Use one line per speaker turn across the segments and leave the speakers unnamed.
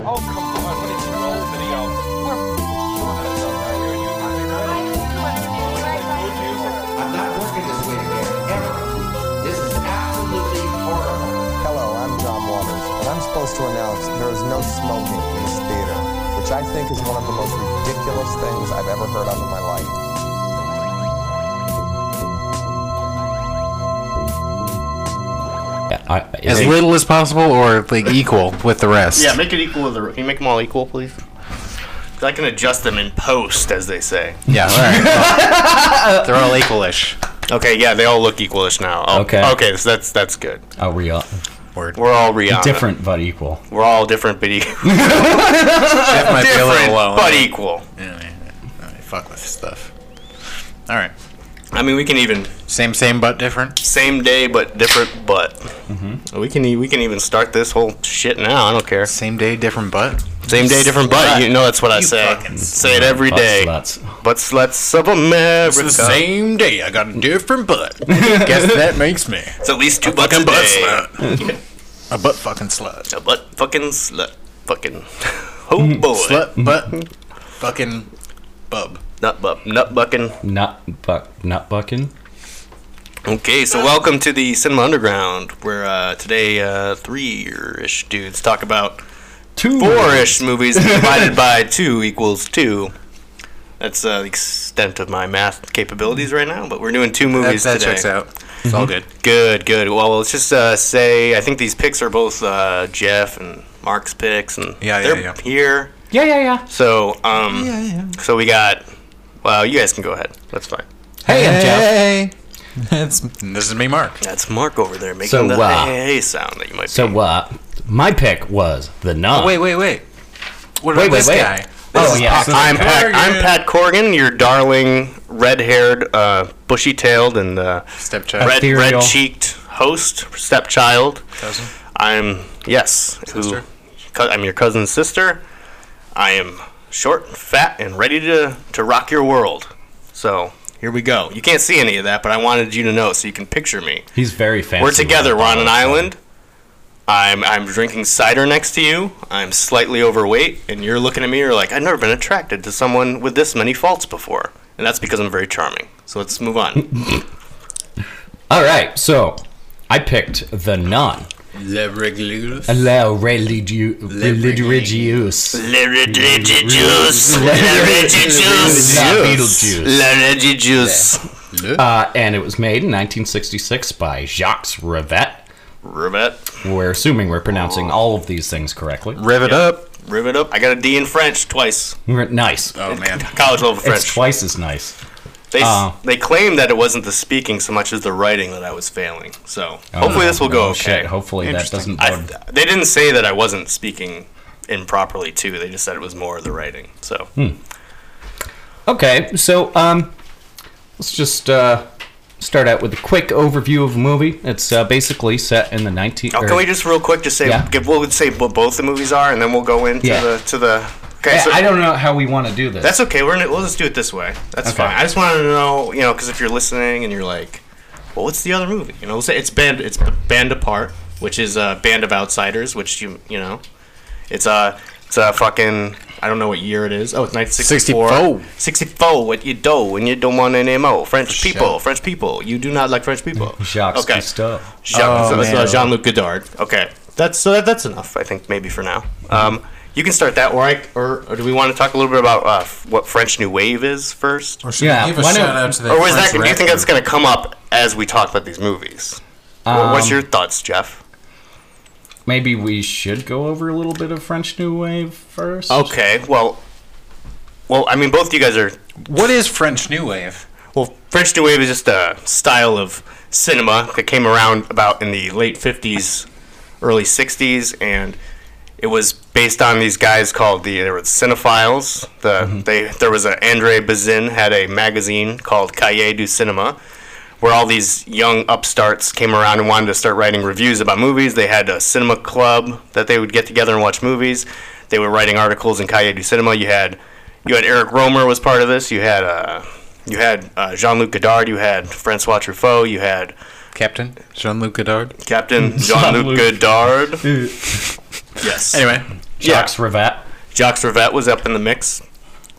Oh, come on, what is your old video? We're sure that's up there. We're you. Good music.
I'm not working this way again, ever. This is absolutely horrible.
Hello, I'm John Waters, and I'm supposed to announce there is no smoking in this theater, which I think is one of the most ridiculous things I've ever heard of in my life.
I,
as
it-
little as possible or like equal with the rest.
Yeah, make it equal with the. Can you make them all equal, please? 'Cause I can adjust them in post, as they say.
yeah. All right. Well, they're all equalish.
Okay, yeah, they all look equalish now. Oh,
Okay.
Okay, so that's that's good.
oh, we all
Word.
We're all Rihanna.
different but equal.
We're all different, but equal.
That might be a
different,
little low.
but equal.
Anyway, anyway, fuck with stuff. All right.
I mean, we can even
Same, same, but different.
same day, but different, but.
Mm-hmm.
We can e- we can even start this whole shit now. I don't care.
Same day, different, but.
Same day, different, but. You know that's what I
You
say.
fucking
Say it every
But
day.
sluts.
But sluts of America.
same day. I got a different butt. Guess that makes me
It's at least two bucks a day.
A butt fucking slut.
A butt fucking slut. Fucking. Oh boy.
Slut butt. Fucking bub.
Nut bu- nut bucking.
Nut buck, nut bucking.
Okay, so welcome to the Cinema Underground, where uh, today uh, three-ish dudes talk about
Two.
four-ish movies divided by two equals two. That's uh, the extent of my math capabilities right now, but we're doing two movies today.
out. It's all good.
Good, good. Well, let's just uh, say I think these picks are both uh, Jeff and Mark's picks, and
Yeah, yeah,
they're
yeah.
here.
Yeah, yeah, yeah.
So, um, so we got. Well, you guys can go ahead. That's fine.
Hey, I'm Jeff.
Hey.
It's
And this is me, Mark.
That's Mark over there making
So,
the
uh,
hey sound that you might
So
be.
what? my pick was the nun.
Wait, wait, wait. What about
wait, wait,
this
wait.
guy?
Oh yeah.
uh, I'm Pat, I'm Pat Corgan, your darling red-haired, uh, bushy-tailed, and uh,
Stepchild.
red,
Ethereal.
red-cheeked host, stepchild.
Cousin.
I'm yes, who-
Sister.
cou- I'm your cousin's sister. I am short, fat, and ready to to rock your world. So here we go. You can't see any of that, but I wanted you to know so you can picture me.
He's very fancy.
We're together. We're on an island. I'm I'm drinking cider next to you. I'm slightly overweight, and you're looking at me. You're like, I've never been attracted to someone with this many faults before, and that's because I'm very charming. So let's move on.
All right. So I picked the nun.
Le Regulus.
La religiu- religious.
Le Reggie juice. Le Reggie juice.
Not Beetlejuice.
Le Reggie juice.
Uh, and it was made in 1966 by Jacques Rivette.
Rivet.
We're assuming we're pronouncing all of these things correctly.
Rev it up.
Rivet up. I got a D in French twice.
Nice.
Oh man.
College level
It's
French.
twice as nice.
They, s-
Oh.
they claim that it wasn't the speaking so much as the writing that I was failing. So hopefully this will go
Oh,
okay.
Shit. Hopefully that
Interesting.
doesn't.
I,
bode-
they didn't say that I wasn't speaking improperly too. They just said it was more of the writing. So
Hmm, Okay, so um, let's just uh, start out with a quick overview of the movie. It's uh, basically set in the 19.
Oh, can we just real quick just say
Yeah.
give we'll say what both the movies are, and then we'll go into
Yeah.
the to the. Okay,
I,
so
I don't know how we want to do this.
that's okay. We're gonna, we'll just do it this way. That's
Okay.
fine. I just wanted to know, you know, because if you're listening and you're like, well, what's the other movie? You know, say it's band it's Band Apart, which is uh, Band of Outsiders, which you you know, it's a it's a fucking I don't know what year it is. Oh, it's 1964.
64.
64. What you do and you don't want any more French people. French people. You do not like French people.
Jacques uh,
okay.
Cousteau.
Jean,
Oh,
so- so
man.
Jean-Luc Godard. Okay, that's so that, that's enough. I think maybe for now. Um, you can start that, or I, or, or do we want to talk a little bit about uh, f- what French New Wave is first, or,
or should
Yeah,
we give a
why
shout
don't-
out to the
was
French
that? Do you think
rapper?
that's going to come up as we talk about these movies? Wha- What's
Um,
your thoughts, Jeff?
Maybe we should go over a little bit of French New Wave first.
Okay, well, well, I mean, both you guys are.
What is French New Wave?
Well, French New Wave is just a style of cinema that came around about in the late '50s, early '60s, and it was based on these guys called the there were cinephiles. The they there was a Andre Bazin had a magazine called Cahiers du Cinema, where all these young upstarts came around and wanted to start writing reviews about movies. They had a cinema club that they would get together and watch movies. They were writing articles in Cahiers du Cinema. You had you had Eric Romer was part of this. You had uh, you had uh, Jean-Luc Godard. You had Francois Truffaut. You had
Captain Jean Luc Godard.
Captain Jean-Luc
Jean-Luc.
Godard.
Anyway,
Yes.
Anyway,
Yeah.
Jacques Rivette.
Jacques Rivette was up in the mix.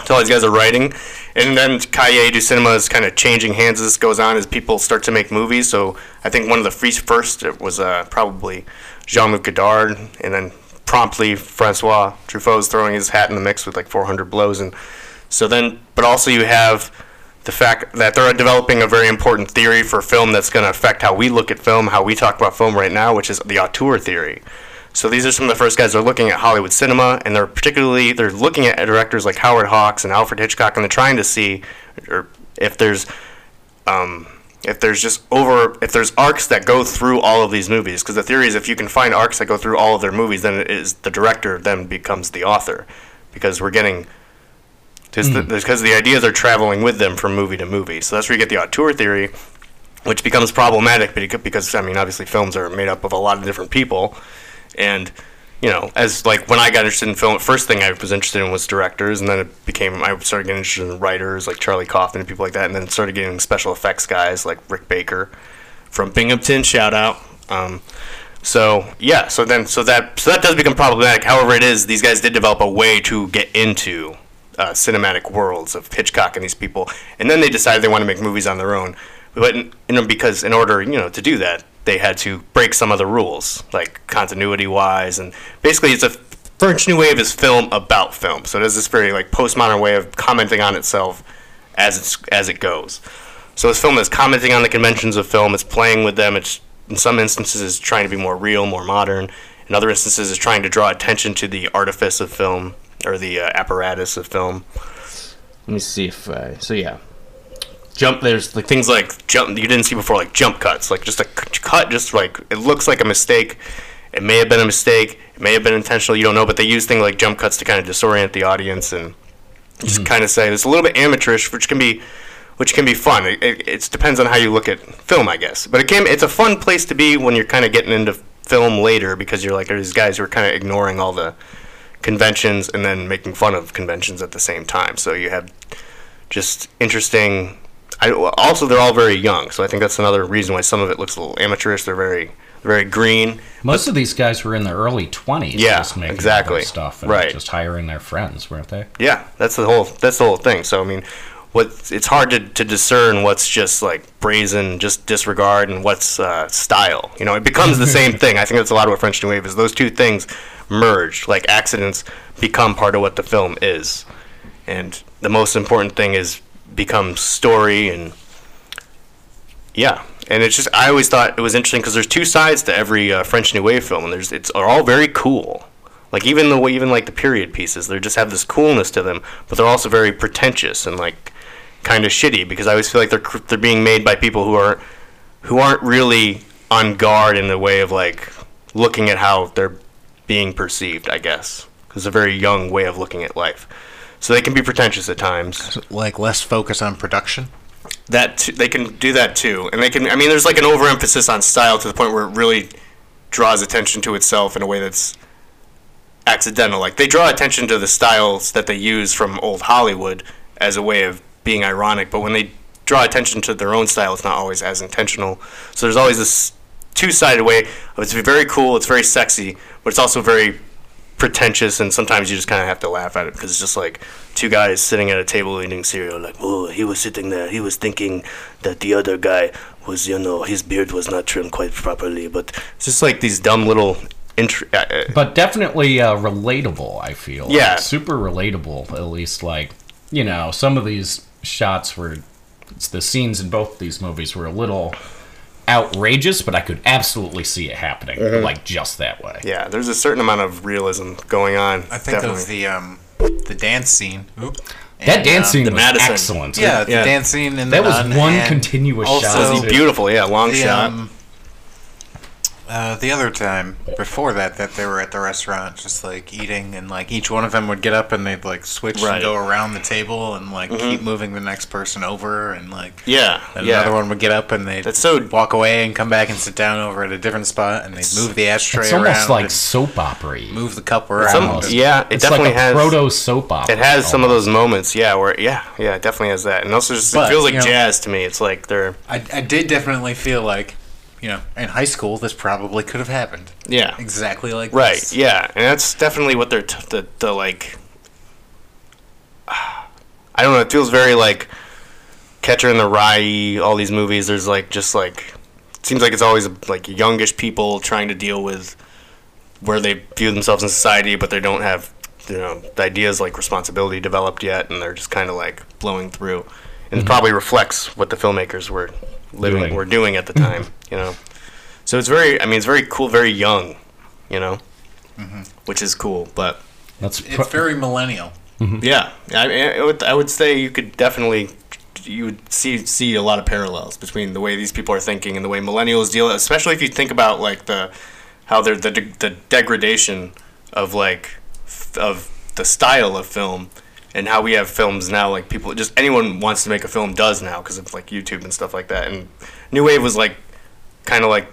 So all these guys are writing. And then Cahiers du Cinema is kind of changing hands as this goes on as people start to make movies. So I think one of the free first was uh, probably Jean Luc Godard. And then promptly Francois Truffaut's throwing his hat in the mix with like 400 blows. And so then, but also you have the fact that they're developing a very important theory for film that's going to affect how we look at film, how we talk about film right now, which is the auteur theory. So these are some of the first guys that are looking at Hollywood cinema, and they're particularly they're looking at directors like Howard Hawks and Alfred Hitchcock, and they're trying to see or if there's um, if there's just over if there's arcs that go through all of these movies. Because the theory is if you can find arcs that go through all of their movies, then it is the director then becomes the author, because we're getting because the, 'cause the ideas are traveling with them from movie to movie. So that's where you get the auteur theory, which becomes problematic becau- because I mean obviously films are made up of a lot of different people and you know as like when i got interested in film first thing i was interested in was directors and then it became i started getting interested in writers like charlie kaufman and people like that and then started getting special effects guys like rick baker from binghamton shout out um, so yeah so then so that so that does become problematic however it is these guys did develop a way to get into uh, cinematic worlds of hitchcock and these people and then they decided they want to make movies on their own but in, you know, because in order you know to do that they had to break some of the rules like continuity wise and basically it's a french new wave is film about film so it is this very like postmodern way of commenting on itself as it's as it goes so this film is commenting on the conventions of film it's playing with them it's in some instances is trying to be more real more modern in other instances is trying to draw attention to the artifice of film or the uh, apparatus of film let me see if I, so yeah jump there's like things like jump you didn't see before like jump cuts like just a c- cut just like it looks like a mistake it may have been a mistake it may have been intentional you don't know but they use things like jump cuts to kind of disorient the audience and just kind of say it's a little bit amateurish which can be which can be fun it, it, it depends on how you look at film i guess but it can it's a fun place to be when you're kind of getting into film later because you're like there's these guys who are kind of ignoring all the conventions and then making fun of conventions at the same time so you have just interesting. I, also, they're all very young, so I think that's another reason why some of it looks a little amateurish. They're very, very green.
Most of these guys were in their early twenties.
Yeah,
just making
exactly.
their Stuff and
Right.
just hiring their friends, weren't they?
Yeah, that's the whole that's the whole thing. So I mean, what it's hard to, to discern what's just like brazen, just disregard, and what's uh, style. You know, it becomes the same thing. I think that's a lot of what French New Wave is. Those two things merge, like accidents become part of what the film is, and the most important thing is become story and yeah. And it's just I always thought it was interesting because there's two sides to every uh, French New Wave film, and there's it's are all very cool. Like even the way even like the period pieces, they just have this coolness to them, but they're also very pretentious and like kind of shitty because I always feel like they're cr- they're being made by people who are who aren't really on guard in the way of like looking at how they're being perceived. I guess it's a very young way of looking at life, so they can be pretentious at times
Like less focus on production.
that t- they can do that too, and they can. I mean, there's like an overemphasis on style to the point where it really draws attention to itself in a way that's accidental. Like they draw attention to the styles that they use from old Hollywood as a way of being ironic, but when they draw attention to their own style, it's not always as intentional. So there's always this two-sided way. of It's very cool, it's very sexy, but it's also very pretentious, and sometimes you just kind of have to laugh at it because it's just like two guys sitting at a table eating cereal, like, oh, he was sitting there, he was thinking that the other guy was, you know, his beard was not trimmed quite properly, but it's just like these dumb little. Intri- uh, uh,
But definitely uh, relatable. I feel. Like,
Yeah.
super relatable. At least like you know some of these shots were, it's the scenes in both these movies were a little outrageous, but I could absolutely see it happening
Mm-hmm.
like just that way.
yeah, there's a certain amount of realism going on.
I think
definitely.
of the um the dance scene. Oop.
That dance scene
the
was
Madison.
excellent.
Yeah, the
Yeah.
dance scene in
That
the
was
Nun,
one
and
continuous
also
shot,
It's
too.
beautiful, yeah, long
uh, The,
shot.
um, uh, the other time before that, that they were at the restaurant, just like eating, and like each one of them would get up and they'd like switch
Right.
and go around the table and like keep moving the next person over, and like
yeah,
And
yeah.
another one would get up and they'd
That's so-
walk away and come back and sit down over at a different spot and they'd move the ashtray
It's
around
almost like
and
soap opera.
move the cup around.
Some-
and-
yeah, it
it's
definitely
like a
has.
proto soap opera.
it has some of those moments, yeah, where yeah, yeah, it definitely has that, and also just it
But,
feels like
you know-
jazz to me. It's like they're
I, I did definitely feel like, you know, in high school, this probably could have happened.
Yeah.
Exactly like
Right.
this.
Yeah, and that's definitely what they're t- the the like. I don't know. It feels very like Catcher in the Rye. All these movies. There's like just like it seems like it's always like youngish people trying to deal with where they view themselves in society, but they don't have you know the ideas like responsibility developed yet, and they're just kind of like blowing through. And it probably reflects what the filmmakers were living,
Doing.
were doing at the time. you know, so it's very. I mean, it's very cool, very young. You know, which is cool, but.
That's pro-
It's very millennial.
Yeah, I, I would I would say you could definitely you would see see a lot of parallels between the way these people are thinking and the way millennials deal, especially if you think about like the how they're the de- the degradation of like f- of the style of film and how we have films now like people just anyone wants to make a film does now because of like YouTube and stuff like that and new wave was like kind of like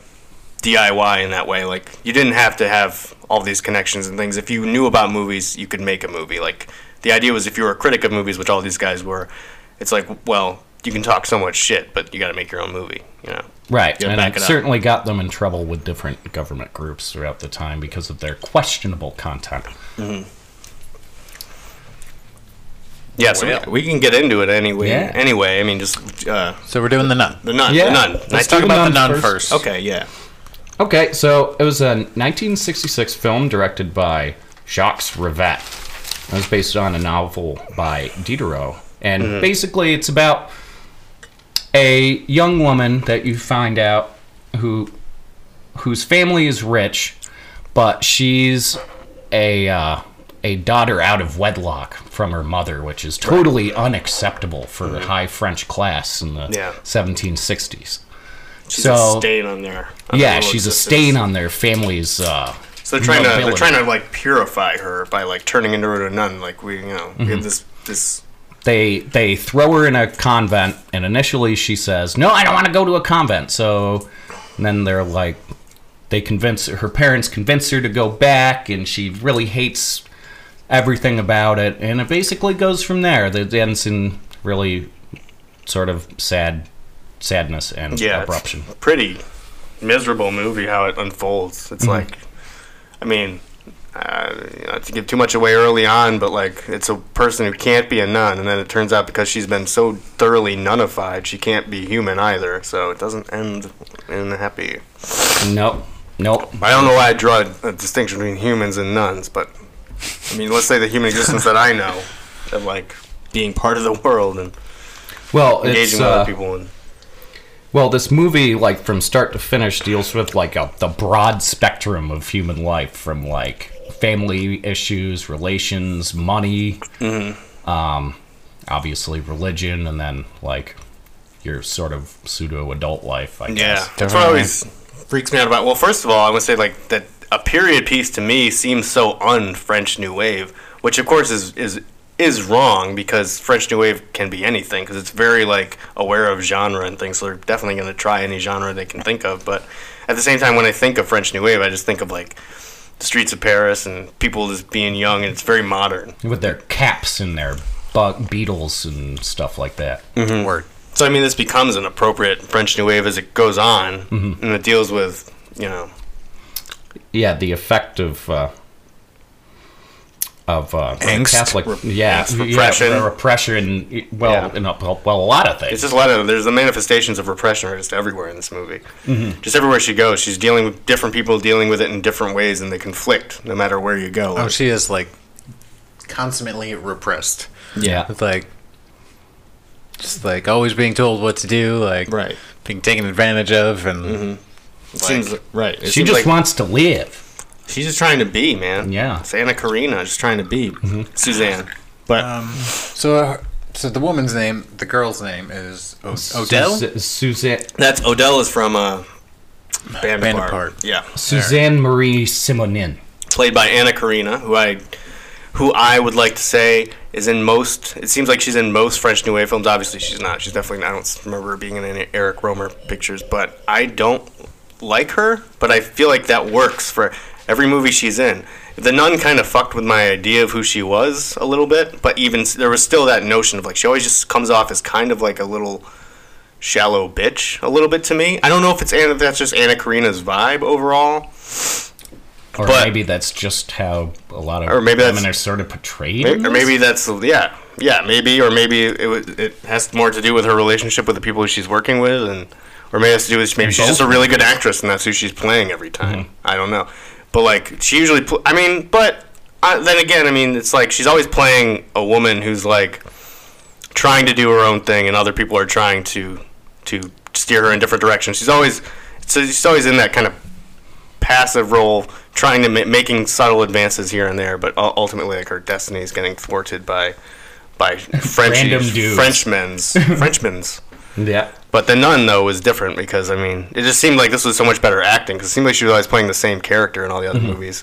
DIY in that way. Like you didn't have to have all these connections and things. If you knew about movies, you could make a movie. Like the idea was, if you were a critic of movies, which all these guys were, it's like, well, you can talk so much shit, but you got to make your own movie. You know?
Right,
Yeah,
and
back
it
it up.
certainly got them in trouble with different government groups throughout the time because of their questionable content.
Yeah. So
Well.
we, we can get into it anyway.
Yeah.
Anyway, I mean, just uh,
So we're doing the nun.
the nun.
Yeah.
The nun.
Let's
Nice
do
talk
the
about
nun
the nun
first.
first. Okay. Yeah.
Okay, so it was a 1966 film directed by Jacques Rivette. It was based on a novel by Diderot, and
Mm-hmm.
basically it's about a young woman that you find out who whose family is rich, but she's a uh, a daughter out of wedlock from her mother, which is totally unacceptable for high French class in the
Mm-hmm. Yeah.
1760s.
She's
So-
a stain on there.
Yeah, she's a stain on their family's. Uh,
So they're trying to they're
nobility.
trying to like purify her by like turning into a nun. Like we you know we
Mm-hmm.
have this this
they they throw her in a convent, and initially she says, "No, I don't want to go to a convent." So, and then they're like, they convince her parents convince her to go back, and she really hates everything about it, and it basically goes from there. It ends in really sort of sad sadness and
yeah,
abruption.
It's a pretty miserable movie how it unfolds. It's
Mm-hmm.
like, I mean, uh, you know, to give too much away early on, but like it's a person who can't be a nun, and then it turns out because she's been so thoroughly nunified, she can't be human either. So it doesn't end in happy.
Nope, nope.
I don't know why I draw a distinction between humans and nuns, but I mean, let's say the human existence that I know of like being part of the world and
Well, it's
engaging with
uh,
other people and
Well, this movie, like from start to finish, deals with like a, the broad spectrum of human life, from like family issues, relations, money, um,
Mm-hmm.
obviously religion, and then like your sort of pseudo adult life. I
Yeah,
guess.
that's what always freaks me out about. Well, first of all, I want to say like that a period piece to me seems so un-French New Wave, which of course is is is wrong because French New Wave can be anything because it's very like aware of genre and things. So they're definitely going to try any genre they can think of. But at the same time, when I think of French New Wave, I just think of like the streets of Paris and people just being young, and it's very modern.
with their caps and their bug beetles and stuff like that.
Word.
So I mean, this becomes an appropriate French New Wave as it goes on, and it deals with you know
Yeah, the effect of. Uh, of uh,
Angst,
Catholic, yeah,
yes,
yeah,
repression.
repression. Well,
Yeah.
and, uh, well, a lot of things.
It's just a lot of there's the manifestations of repression are just everywhere in this movie. Just everywhere she goes, she's dealing with different people dealing with it in different ways, and they conflict no matter where you go.
Oh, she is like consummately repressed.
yeah,
It's like just like always being told what to do, like
Right.
being taken advantage of, and
It seems right. It
She
seems
just
like
wants to live.
she's just trying to be man.
Yeah.
it's Anna Karina, just trying to be Suzanne. But
so uh, so the woman's name, the girl's name is o-
Oh,
Odell.
Sus- Suzanne,
that's Odell is from uh, Band,
Band
Apart.
Apart.
Yeah,
Suzanne Marie Simonin.
played by Anna Karina, who I who I would like to say is in most. It seems like she's in most French New Wave films. Obviously, she's not. She's definitely. I don't remember her being in any Eric Romer pictures, but I don't like her. But I feel like that works for every movie she's in. The Nun kind of fucked with my idea of who she was a little bit, but even s- there was still that notion of like she always just comes off as kind of like a little shallow bitch a little bit to me. I don't know if it's Anna, if that's just Anna Karina's vibe overall,
Or
But-
maybe that's just how a lot of
Or maybe that's-
women are sort of portrayed.
May-
in
or
this.
maybe that's yeah, yeah, maybe, or maybe it wa- it has more to do with her relationship with the people she's working with, and or maybe it has to do with maybe she's just a really good actress and that's who she's playing every time. I don't know, but like she usually, pl- I mean, but I, then again, I mean, it's like she's always playing a woman who's like trying to do her own thing, and other people are trying to to steer her in different directions. She's always so she's always in that kind of passive role, trying to ma- making subtle advances here and there, but u- ultimately, like her destiny is getting thwarted by by
Random
Frenchies,
dudes.
Frenchmen's, Frenchmen's.
yeah.
But the nun though was different because I mean, it just seemed like this was so much better acting because it seemed like she was always playing the same character in all the
Mm-hmm.
other movies,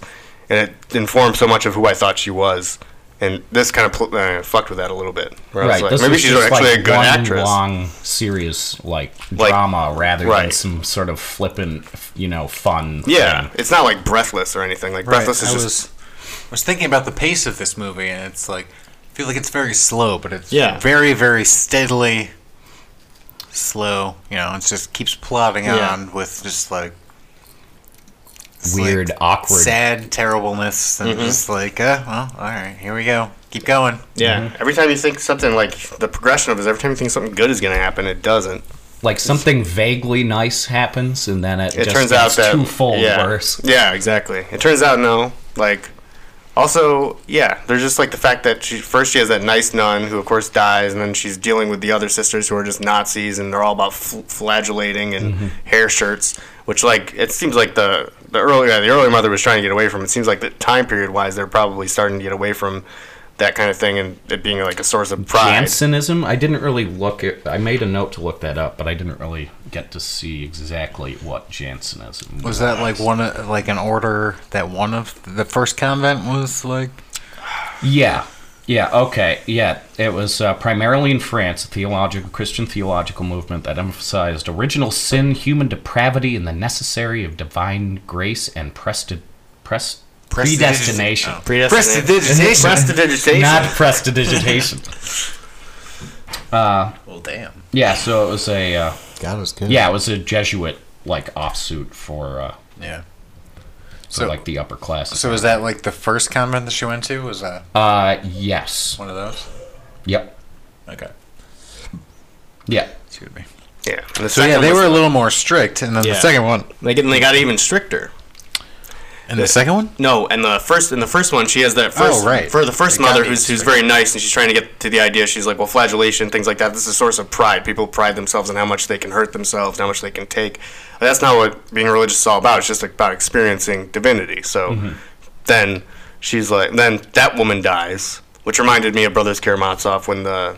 and it informed so much of who I thought she was. And this kind of pl- uh, fucked with that a little bit. Where I was
Right.
like,
this
maybe
was
she's
just,
actually
like,
a good
one
actress.
Long, serious like,
Like-
drama rather than
right.
some sort of flippant, you know, fun.
Yeah,
thing.
it's not like Breathless or anything. Like
Right. I
Breathless is just
was, was thinking about the pace of this movie, and it's like, I feel like it's very slow, but it's
Yeah.
very, very steadily slow. You know, it just keeps plodding
Yeah.
on with just like it's like
weird, awkward.
sad terribleness, and just like, uh, well, all right, here we go, keep going.
Yeah. Every time you think something like the progression of it, every time you think something good is going to happen, it doesn't.
Like something vaguely nice happens, and then it,
It
just
turns out
gets
that
twofold
yeah,
worse.
Yeah, exactly. It turns out no. Like, also, yeah, there's just like the fact that she first she has that nice nun who of course dies, and then she's dealing with the other sisters who are just Nazis and they're all about fl- flagellating and hair shirts, which like it seems like the the earlier the earlier mother was trying to get away from. It seems like the time period wise, they're probably starting to get away from. That kind of thing, and it being like a source of pride.
Jansenism. I didn't really look at. I made a note to look that up, but I didn't really get to see exactly what Jansenism was.
Was that like one, of, like an order that one of the first convent was like?
Yeah. Yeah, okay. Yeah, it was uh, primarily in France, a theological Christian theological movement that emphasized original sin, human depravity, and the necessary of divine grace and presti- pres- predestination.
Oh.
Predestination.
Prestidigitation.
Not prestidigitation.
Well, damn.
yeah, so it was a uh,
God was good.
yeah, it was a Jesuit like offsuit for, uh,
Yeah.
for like the upper class.
So was that like the first convent that she went to? Was that
Uh, yes.
one of those?
Yep.
Okay.
Yeah.
Excuse me.
yeah. And the
So yeah,
second
they
was-
were a little more strict, and then
Yeah.
the second one,
They get they got even stricter.
and the second one,
No, and the first in the first one, she has that first
Oh, right.
for the first
They got
mother
me
who's who's
straight.
very nice and she's trying to get to the idea. She's like, well, flagellation, things like that. This is a source of pride. People pride themselves on how much they can hurt themselves, how much they can take. But that's not what being religious is all about. It's just about experiencing divinity. So then she's like, then that woman dies, which reminded me of Brothers Karamazov when the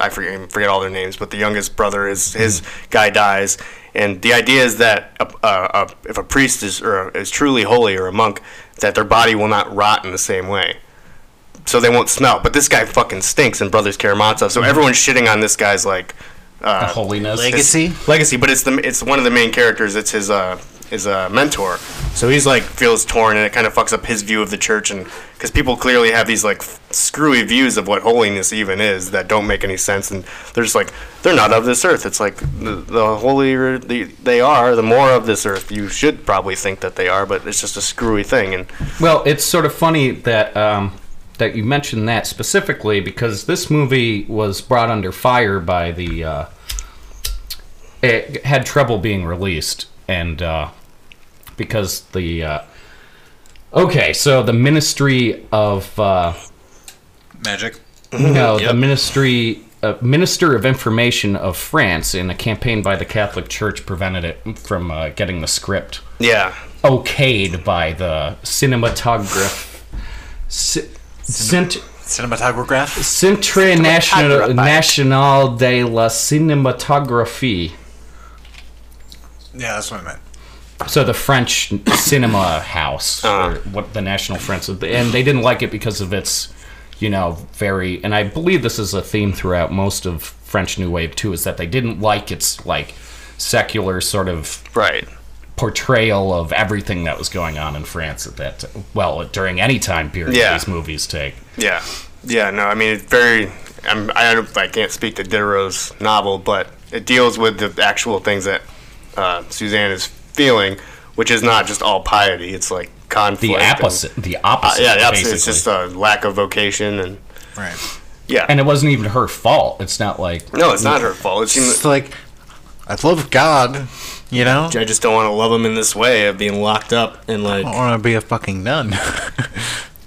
I forget, forget all their names, but the youngest brother is his guy dies, and the idea is that a, a, a, if a priest is or is truly holy or a monk, that their body will not rot in the same way, so they won't smell. But this guy fucking stinks in Brothers Karamazov, so everyone's shitting on this guy's like
The holiness.
his legacy, but it's the it's one of the main characters. It's his uh his uh mentor. So he's like feels torn, and it kind of fucks up his view of the church, and because people clearly have these like f- screwy views of what holiness even is that don't make any sense, and they're just like they're not of this earth. It's like the, the holier the, they are, the more of this earth you should probably think that they are, but it's just a screwy thing, and
Well, it's sort of funny that um, that you mentioned that specifically because this movie was brought under fire by the. Uh, it had trouble being released, and uh, because the. Uh, okay, so the Ministry of. Uh, Mm-hmm.
magic.
no, the Ministry uh, Minister of Information of France, in a campaign by the Catholic Church, prevented it from uh, getting the script
yeah,
okayed by the cinematograph c- cent-
Cinematograph.
Centre National National de la Cinématographie.
Yeah, that's what I meant.
So the French cinema house, or what the National French, and they didn't like it because of its, you know, very. And I believe this is a theme throughout most of French New Wave too, is that they didn't like its like secular sort of
right,
portrayal of everything that was going on in France at that t- well during any time period
Yeah.
these movies take.
yeah, yeah. No, I mean it's very. I'm, I don't- I can't speak to Diderot's novel, but It deals with the actual things that uh, Suzanne is feeling, which is not just all piety. It's like conflict.
The
and-
opposite. The
Uh,
opposite.
yeah, the opposite.
Basically.
It's just a lack of vocation and
Right.
yeah.
and it wasn't even her fault. It's not like
no, it's not her fault. It's
It's like, I love God, you know?
I just don't want to love him in this way of being locked up and like.
I don't want to be a fucking nun.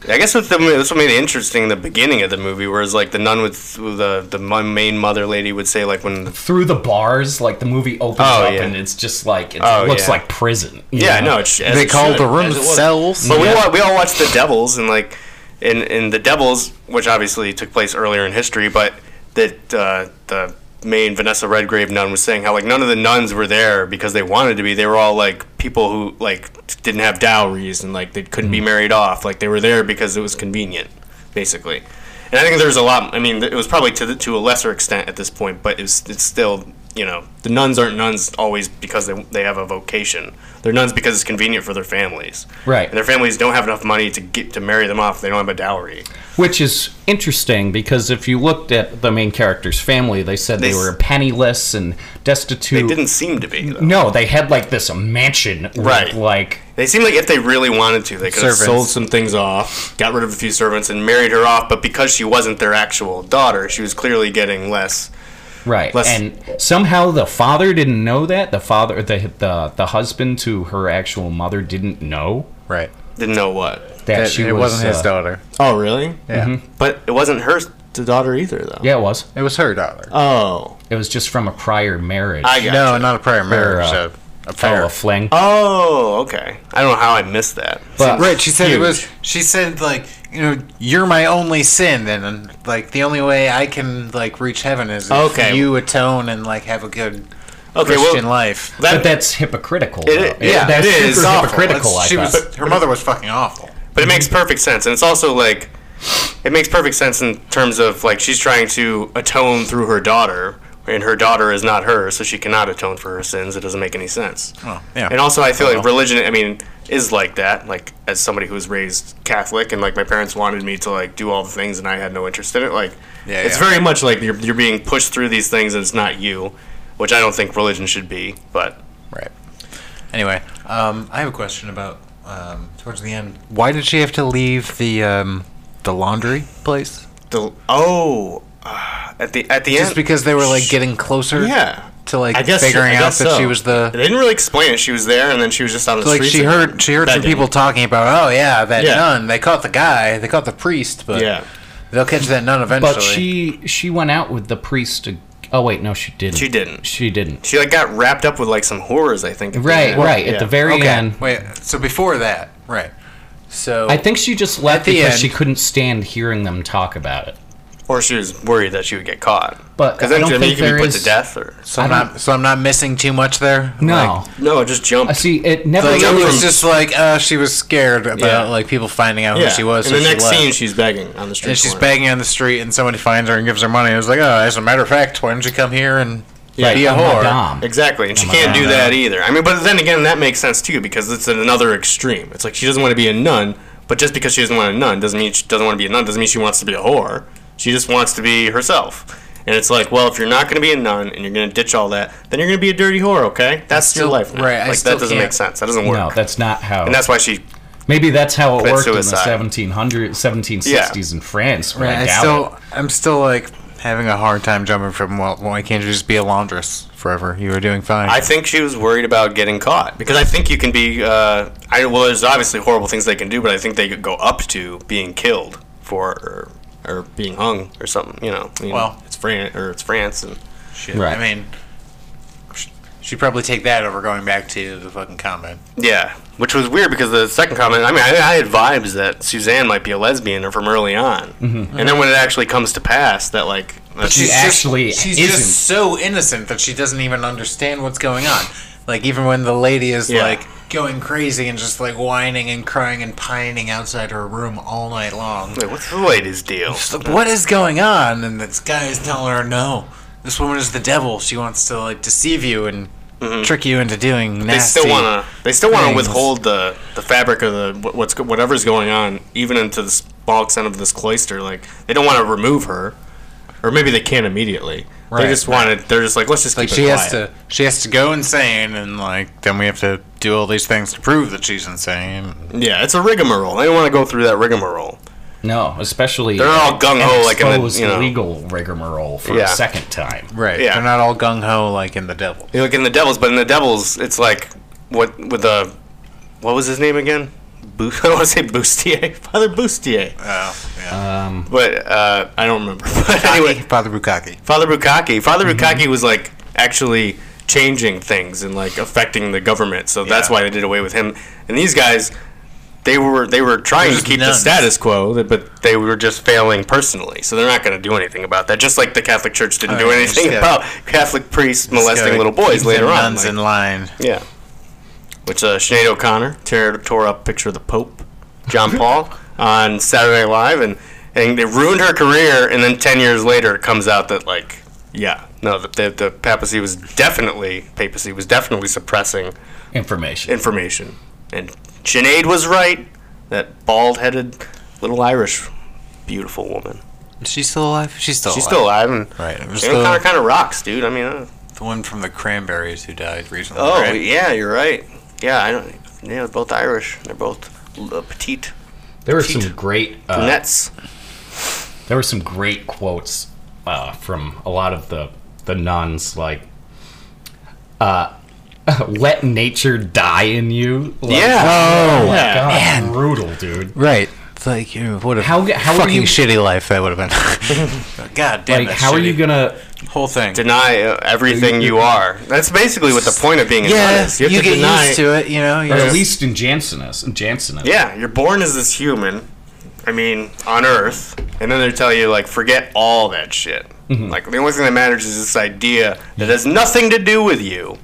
I guess that's, the, that's what made it interesting in the beginning of the movie, whereas like the nun would the the mo- main mother lady would say like when
through the bars. Like the movie opens
Oh,
up
yeah.
and it's just like it's,
Oh,
it looks
yeah.
like prison. you
yeah,
know?
no, it's, as
they
it
called
should,
the room
as it was.
cells.
But we
Yeah.
all, we all watched the Devils and like in in the Devils, which obviously took place earlier in history, but that uh, the main Vanessa Redgrave nun was saying how like none of the nuns were there because they wanted to be. They were all like people who like didn't have dowries and like they couldn't be married off. Like they were there because it was convenient, basically. And I think there's a lot. I mean, it was probably to the, to a lesser extent at this point, but it's it's still you know the nuns aren't nuns always because they they have a vocation. They're nuns because it's convenient for their families.
Right.
And their families don't have enough money to get to marry them off. They don't have a dowry.
Which is interesting because if you looked at the main character's family, they said they,
They s-
were penniless and destitute.
They didn't seem to be. Though.
No, they had like this mansion, with,
Right.
Like
They seemed like if they really wanted to, they could have
Servants.
sold some things off, got rid of a few servants, and married her off. But because she wasn't their actual daughter, she was clearly getting less.
right,
Less-
and somehow the father didn't know that. The father, the the the husband to her actual mother, didn't know
Right.
Didn't know what.
that,
That-
she
it
was.
wasn't his
uh,
daughter.
Oh, really?
Yeah.
But it wasn't her daughter either, though.
Yeah, it was.
It was her daughter.
Oh.
It was just from a prior marriage.
I got
No, not a prior marriage.
uh,
a, a
oh,
prior.
a fling.
Oh, okay. I don't know how I missed that.
But-
Right, she said
Huge.
it was. She said like, you know, you're my only sin, and like the only way I can like reach heaven is if
Okay.
you atone and like have a good
Okay, well,
Christian life.
but
that,
that's hypocritical.
It-
though.
yeah,
that's
it is
super
awful.
hypocritical.
That's-
I
she
thought.
was. Her mother was fucking awful.
but it makes perfect sense, and it's also like it makes perfect sense in terms of like she's trying to atone through her daughter, and her daughter is not her, so she cannot atone for her sins. It doesn't make any sense.
Oh, yeah.
And also, I feel like religion. I mean, is like that. Like as somebody who was raised Catholic, and like my parents wanted me to like do all the things, and I had no interest in it. Like,
Yeah,
it's
yeah.
very much like you're you're being pushed through these things, and it's not you, which I don't think religion should be. But
Right. Anyway, um, I have a question about um, towards the end. Why did she have to leave the um, the laundry place?
the oh, uh, at the at the
Just
end,
because they were like getting closer.
yeah.
To like
I guess
figuring
I
out
guess
that she
so.
was the
They didn't really explain it. She was there, and then she was just on the
So, like
streets
she
and
heard she heard some
begging.
people talking about oh yeah that
Yeah.
nun they caught the guy they caught the priest but
Yeah,
they'll catch that nun eventually
But she she went out with the priest. To, oh wait, no, she didn't.
She didn't.
She didn't.
she like got wrapped up with like some horrors. I think. at the
Right,
end.
right.
Yeah.
At the very
okay
end,
wait so before that right so
I think she just left
At the
because
end-
she couldn't stand hearing them talk about it.
or she was worried that she would get caught.
But
because
I
then
don't
you
think
could be
there
put
is-
to death or
so I'm
I don't-
not so I'm not missing too much there
No,
like,
no, just jump.
I Uh, see. It never.
like, it
Jump
was
from-
just like uh, she was scared about
Yeah.
like people finding out
yeah.
who she was
In
so
the
she
next
left.
scene, she's begging on the street.
and she's
corner.
begging on the street and somebody finds her and gives her money and it's like oh as a matter of fact why don't you come here and be a
I'm a
whore
dom.
Exactly,
Oh
and she
my
can't
God.
do that either. I mean, but then again, that makes sense too because it's another extreme. It's like she doesn't want to be a nun, but just because she doesn't want a nun doesn't mean she doesn't want to be a nun. Doesn't mean she wants to be a whore. She just wants to be herself. And it's like, well, if you're not going to be a nun and you're going to ditch all that, then you're going to be a dirty whore, okay? That's
still-
your life, now.
right, I
Like
still
that doesn't make
can't-
sense. That doesn't work.
No, that's not how.
and that's why she.
maybe that's how it
commit
worked
suicide.
in the 1700s, 1760s in France. Where
Right,
I
I
doubt
still, I'm still like having a hard time jumping from. Well, why can't you just be a laundress forever? You were doing fine.
I think she was worried about getting caught because I think you can be. Uh, I well, there's obviously horrible things they can do, but I think they could go up to being killed for or, or being hung or something. You know, I mean,
Well-
it's France or it's France, and
Shit.
Right.
I mean, sh- she'd probably take that over going back to the fucking comment.
yeah, which was weird because the second comment. I mean, I, I had vibes that Suzanne might be a lesbian from early on, and then when it actually comes to pass, that like that
she
she's-
actually
she's
isn't.
just so innocent that she doesn't even understand what's going on. Like even when the lady is
Yeah.
like going crazy and just like whining and crying and pining outside her room all night long.
Wait, what's the latest deal?
She's like, what is going on? And this guy is telling her, no, this woman is the devil. She wants to like deceive you and trick you into doing nasty.
Mm-hmm. they still want to they still want to
things.
withhold the the fabric of the wh- what's go- whatever's going on even into the small extent of this cloister like they don't want to remove her or maybe they can immediately
Right.
They just wanted. They're just like, let's just
like
keep
she
it
has
quiet.
to she has to go insane and like then we have to do all these things to prove that she's insane.
Yeah, it's a rigmarole. They don't want to go through that rigmarole.
No, especially
They're all gung ho, like in the
exposed
you know,
legal rigmarole for
Yeah.
a second time.
Right.
Yeah.
They're not all gung ho like in the devil.
you know, like in the Devils, but in the Devils, it's like what with the what was his name again? Bo- I want to say Bustier, Father Bustier,
Oh, yeah.
Um,
but uh, I don't remember. But anyway,
Father Bukaki.
Father Bukaki. Father
Mm-hmm.
Bukaki was like actually changing things and like affecting the government. So that's
Yeah.
why they did away with him. And these guys, they were they were trying to
just
keep the
nuns.
status quo, but they were just failing personally. So they're not going to do anything about that. Just like the Catholic Church didn't
Oh,
do
yeah,
anything
just gotta-
about Catholic priests molesting
Gotta
little boys
keep
later
them
on.
Nuns
like-
in line.
yeah. Which uh, Sinead O'Connor tear, tore up picture of the Pope, John Paul, on Saturday Night Live, and and it ruined her career. And then ten years later, it comes out that like, yeah, no, the the, the papacy was definitely papacy was definitely suppressing
information.
information, and Sinead was right. That bald-headed little Irish beautiful woman.
Is she still alive? She's still
She's still alive, and
Right. It was
Sinead O'Connor
the,
kind of rocks, dude. I mean, uh,
the one from the Cranberries who died recently.
oh
right?
yeah, you're right. Yeah, I don't. Yeah, they're both Irish. They're both uh, petite.
There were some great uh,
Nets.
there were some great quotes uh, from a lot of the the nuns like uh, let nature die in you like,
Oh,
my God, brutal dude
right. It's like, you- what a
How g- how are
fucking
you-
shitty life that would have been. God damn
like how are you gonna
Whole thing.
Deny uh, everything you are. That's basically what the point of being a nun
Yes,
is.
you,
have to
get
deny-
used to it, you know.
or
You're
at least in Jansenist Jansenist
Yeah, you're born as this human. I mean, on Earth, and then they tell you like, forget all that shit.
Mm-hmm.
Like the only thing that matters is this idea that has nothing to do with you.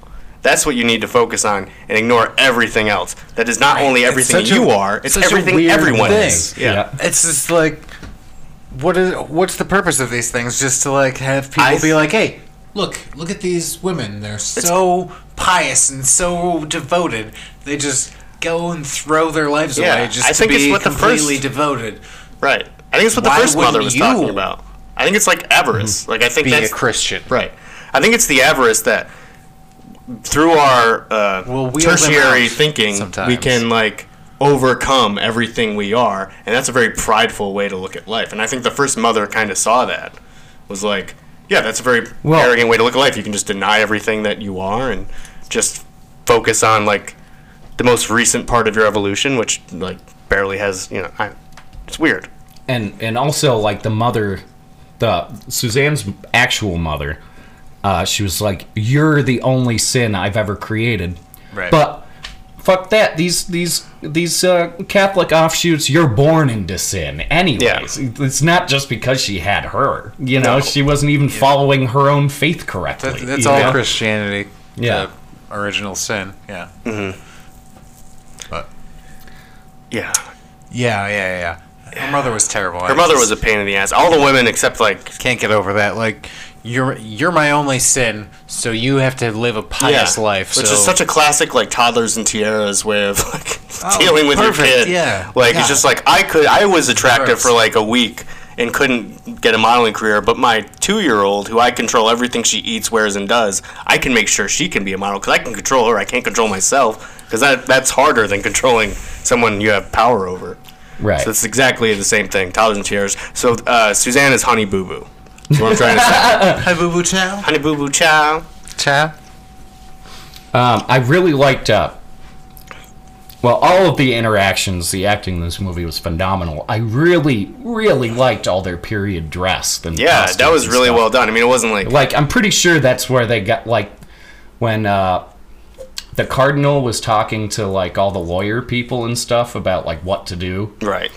That's what you need to focus on and ignore everything else. That is not only everything
such a-
you are; it's
such a
everything
weird
everyone
thing.
is. Yeah.
it's just like what is what's the purpose of these things just to like have people
I-
be like hey look look at these women they're so pious and so devoted they just go and throw their lives
Yeah,
away just
I
to
think it's
be
what the
completely
first-
devoted
right. I think it's what the
Why
first mother
wouldn't
was
you Mm-hmm.
talking about. I think it's like avarice. Like I think that's
christian
Right. I think it's the avarice that through our uh,
We'll wheel them
tertiary
out
thinking, we
sometimes.
can like overcome everything we are, and that's a very prideful way to look at life. And I think the first mother kind of saw that was like, yeah, that's a very
Well-
arrogant way to look at life. You can just deny everything that you are and just focus on like the most recent part of your evolution, which like barely has you know, I, it's weird.
and and also like the mother the suzanne's actual mother uh, she was like you're the only sin i've ever created
Right.
but fuck that these these these uh, catholic offshoots you're born into sin anyways it's not just because she had her you know
No.
she wasn't even following her own faith correctly
That- that's
you
all
know?
christianity
Yeah.
the original sin yeah but
Yeah.
yeah yeah yeah yeah. her mother was terrible
Her mother was a pain in the ass. All the women except like
can't get over that. Like you're you're my only sin, so you have to live a pious life.
Which
so.
is such a classic, like toddlers and tiaras way of like dealing with
Oh, perfect,
your kid.
yeah.
Like
Yeah.
it's just like I could, I was attractive
Works.
for like a week and couldn't get a modeling career, but my two-year-old, who I control everything she eats, wears, and does, I can make sure she can be a model because I can control her. I can't control myself because that that's harder than controlling someone you have power over.
right
So it's exactly the same thing, toddlers and tiaras. So uh, Suzanne is honey boo boo. That's what I'm trying to say.
hi boo boo chow
honey boo boo chow.
chow.
Um, I really liked. Uh, well, all of the interactions, the acting in this movie was phenomenal. I really, really liked all their period dress. And
Yeah,
costumes
that was
and
really
stuff.
well done. I mean, it wasn't like
Like, I'm pretty sure that's where they got like when uh, the cardinal was talking to like all the lawyer people and stuff about like what to do.
right.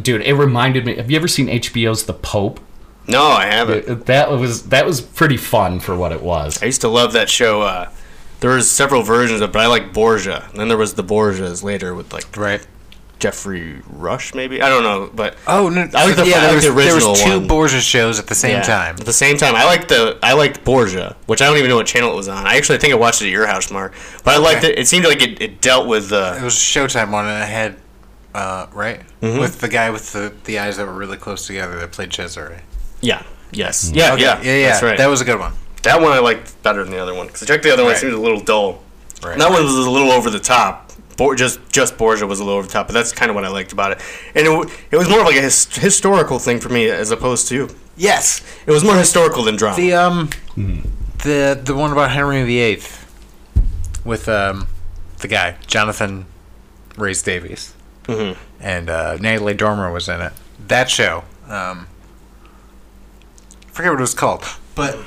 Dude, it reminded me. Have you ever seen HBO's The Pope?
No, I haven't.
That was that was pretty fun for what it was.
I used to love that show. Uh, there was several versions of, it, but I like Borgia. And then there was the Borgias later with like
Right.
Jeffrey Rush, maybe I don't know, but
Oh no!
I like the- I like
there was,
the
there
original
was two
one.
Borgia shows at the same
Yeah.
time.
At the same time, I liked the I liked Borgia, which I don't even know what channel it was on. I actually think I watched it at your house, Mark. But I liked it. It seemed like it, it dealt with
It
uh,
was a Showtime one, and it had uh,
Mm-hmm.
right with the guy with the, the eyes that were really close together that played Cesare.
yeah. Yes. Yeah, yeah,
yeah, yeah.
That's right.
That was a good one.
That one I liked better than the other one because I checked the other one. It
Right.
seemed a little dull.
Right.
That one was a little over the top. Bor- just just Borgia was a little over the top, but that's kind of what I liked about it. And it, w- it was more of like a his- historical thing for me as opposed to yes, it was more historical than drama.
The um, the the one about Henry VIII with um, the guy Jonathan Rhys Davies
Mm-hmm.
and uh, Natalie Dormer was in it. That show, um, I forget what it was called, but it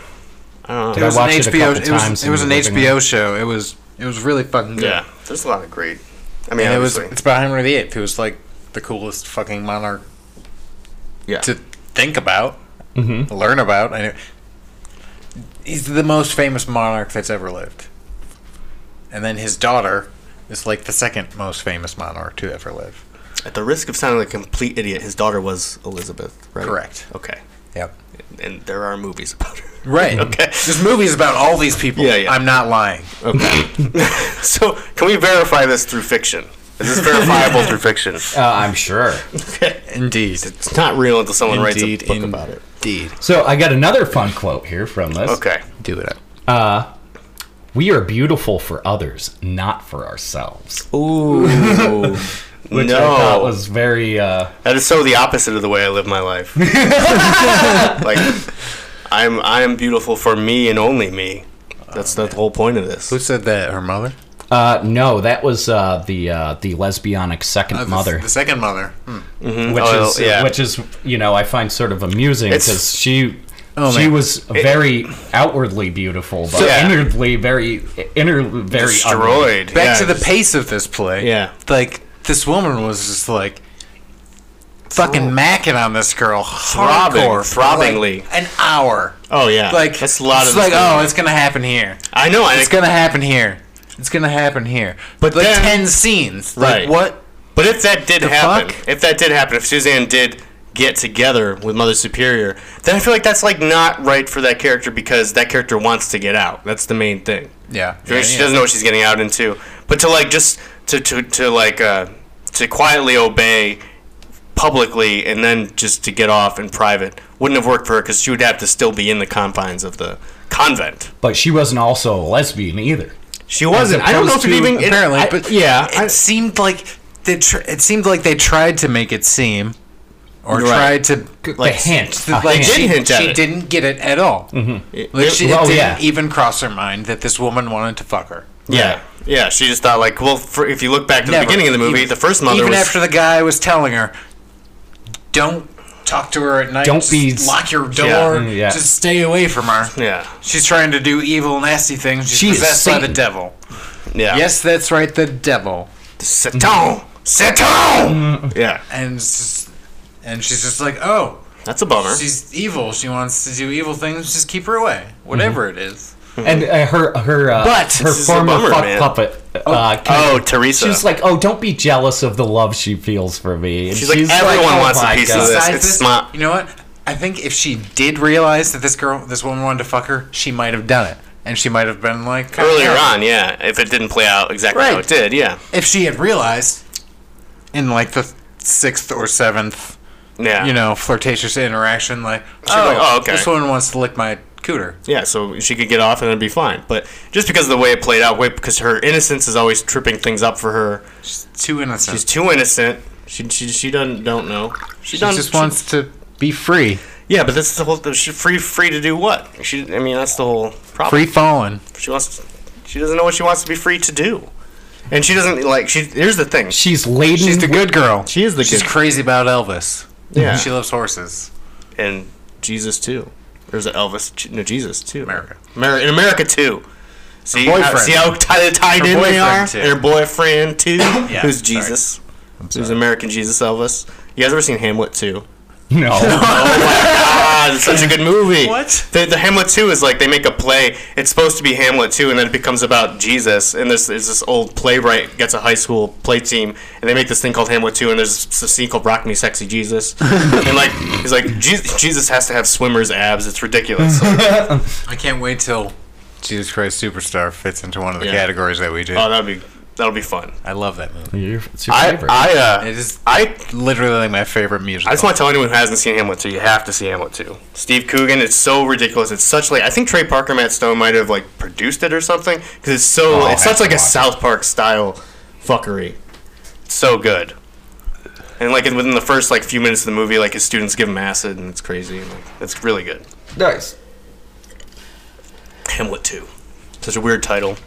I
was an
watched it a
HBO.
couple
It was,
times
it was an
in the living
HBO show. It was it was really fucking good.
yeah, there's a lot of great. I mean,
and it was
obviously.
it's about Henry VIII, who was like the coolest fucking monarch
yeah.
to think about,
Mm-hmm.
learn about. I know. He's the most famous monarch that's ever lived. And then his daughter is like the second most famous monarch to ever live.
At the risk of sounding like a complete idiot, his daughter was Elizabeth, right?
Correct.
Okay.
Yep.
And there are movies about her.
Right.
Okay.
This movie's about all these people.
Yeah, yeah.
I'm not lying.
So, can we verify this through fiction? Is this verifiable through fiction?
Uh, I'm sure.
Indeed.
It's not real until someone
Indeed.
writes a book
in-
about it.
Indeed.
So I got another fun quote here from this.
Okay.
Do it up.
We are beautiful for others, not for ourselves.
Ooh.
Which I
no.
thought was very. Uh,
that is so the opposite of the way I live my life. like I'm I am beautiful for me and only me. That's that's the whole point of this.
Who said that? Her mother?
uh, no, that was uh, the uh, the lesbianic second
Uh, the-
mother,
The, second mother. Hmm.
which
Oh,
is
yeah.
which is you know I find sort of amusing
It's-
because she.
Oh,
she
man.
was very outwardly beautiful, but
Yeah.
inwardly very, inner very ugly.
Destroyed.
Back
yeah.
to the pace of this play.
Yeah.
Like, this woman was just like fucking macking on this girl.
Throbbing,
hardcore for,
throbbingly.
like, an hour.
Oh yeah.
like
that's a lot
it's
of
like
this
oh
movie.
it's gonna happen here
I know. I
it's gonna happen here it's gonna happen here but like
then-
10 scenes
Right.
like what
But if that did
The
happen,
fuck?
if that did happen, if Suzanne did get together with Mother Superior, then I feel like that's like not right for that character because that character wants to get out. That's the main thing.
yeah,
I mean, she doesn't know what she's getting out into. But to like just to to, to like uh, to quietly obey publicly and then just to get off in private wouldn't have worked for her because she would have to still be in the confines of the convent.
But she wasn't also a lesbian either.
She wasn't. I don't know if it
opposed to-
even it-
apparently
I-
but
yeah,
it seemed like they tr- it seemed like they tried to make it seem or tried
Right.
to like
hint,
s-
a
like
hint.
she,
They did hint at
she
it.
didn't get it at all mm-hmm. like she, it
Oh,
didn't
yeah.
even cross her mind that this woman wanted to fuck her
Yeah, yeah. She just thought like, well, for, if you look back to
Never.
the beginning of the movie,
Even-
the first mother
even
was
after the guy was telling her, don't talk to her at night.
Don't
just
be-
lock your door.
Mm, yeah.
Just stay away from her.
yeah,
She's trying to do evil, nasty things. She's
She is
possessed by the
Satan.
devil.
yeah.
Yes, that's right, the devil.
Satan,
Mm.
Satan. Yeah,
And it's just, and she's just like, oh,
that's a bummer.
she's evil. She wants to do evil things. Just keep her away, whatever
Mm-hmm.
it is.
and uh, her her uh,
But-
her
This
is a
former
bummer,
fuck
man.
puppet. Uh, kind
Oh,
of-
Teresa.
She's like, oh, don't be jealous of the love she feels for me. And
She's like, everyone
oh
wants a
my
piece of
God.
this.
Besides
it's not-
You know what? I think if she did realize that this girl, this woman wanted to fuck her, she might have done it, and she might have been like
Earlier
on.
on, yeah. If it didn't play out exactly how
Right.
it did, yeah,
if she had realized in like the sixth or seventh,
yeah.
you know, flirtatious interaction, like,
be
oh,
like, "Oh, okay."
this woman wants to lick my cooter.
yeah. So she could get off and it'd be fine. But just because of the way it played out, way because her innocence is always tripping things up for her.
She's too innocent.
She's too innocent. She she she doesn't don't know.
she
She, done-
just wants to be free,
Yeah, but that's the whole. She free free to do what? She I mean that's the whole problem.
free falling.
She wants. She doesn't know what she wants to be free to do, and she doesn't like. She here's the thing. She,
She's laden.
She's the good girl.
she is the
She's
good-
crazy about Elvis.
Yeah.
she loves horses.
and Jesus too. There's an Elvis. No Jesus too.
America.
Ameri- in America too. See,
boyfriend.
how, see how tied, tied
Her
in they
boyfriend,
are.
too.
And her boyfriend too. who's
sorry.
Jesus? Who's American Jesus Elvis? You guys ever seen Hamlet too?
no.
Ah, it's such a good movie.
What?
The, the Hamlet 2 is like they make a play. It's supposed to be Hamlet 2, and then it becomes about Jesus. And there's, there's this old playwright gets a high school play team, and they make this thing called Hamlet 2, and there's this scene called Rock Me Sexy Jesus. and like, he's like, "Je- Jesus has to have swimmer's abs. It's ridiculous. Like,
I can't wait till Jesus Christ Superstar fits into one of the
Yeah.
categories that we do.
oh, that'd be That'll be fun.
I love that movie.
Your- It's your
I
favorite.
I uh,
It is
I
literally like my favorite musical.
I just want to tell anyone who hasn't seen Hamlet 2, you have to see Hamlet 2. Steve Coogan, it's so ridiculous. It's such like I think Trey Parker, Matt Stone might have like produced it or something because it's so
I'll
it's
have
such
to
like a
watch it.
South Park style fuckery. It's so good. And like within the first like few minutes of the movie, like his students give him acid and it's crazy. And, like, it's really good.
Nice.
Hamlet 2. Such a weird title.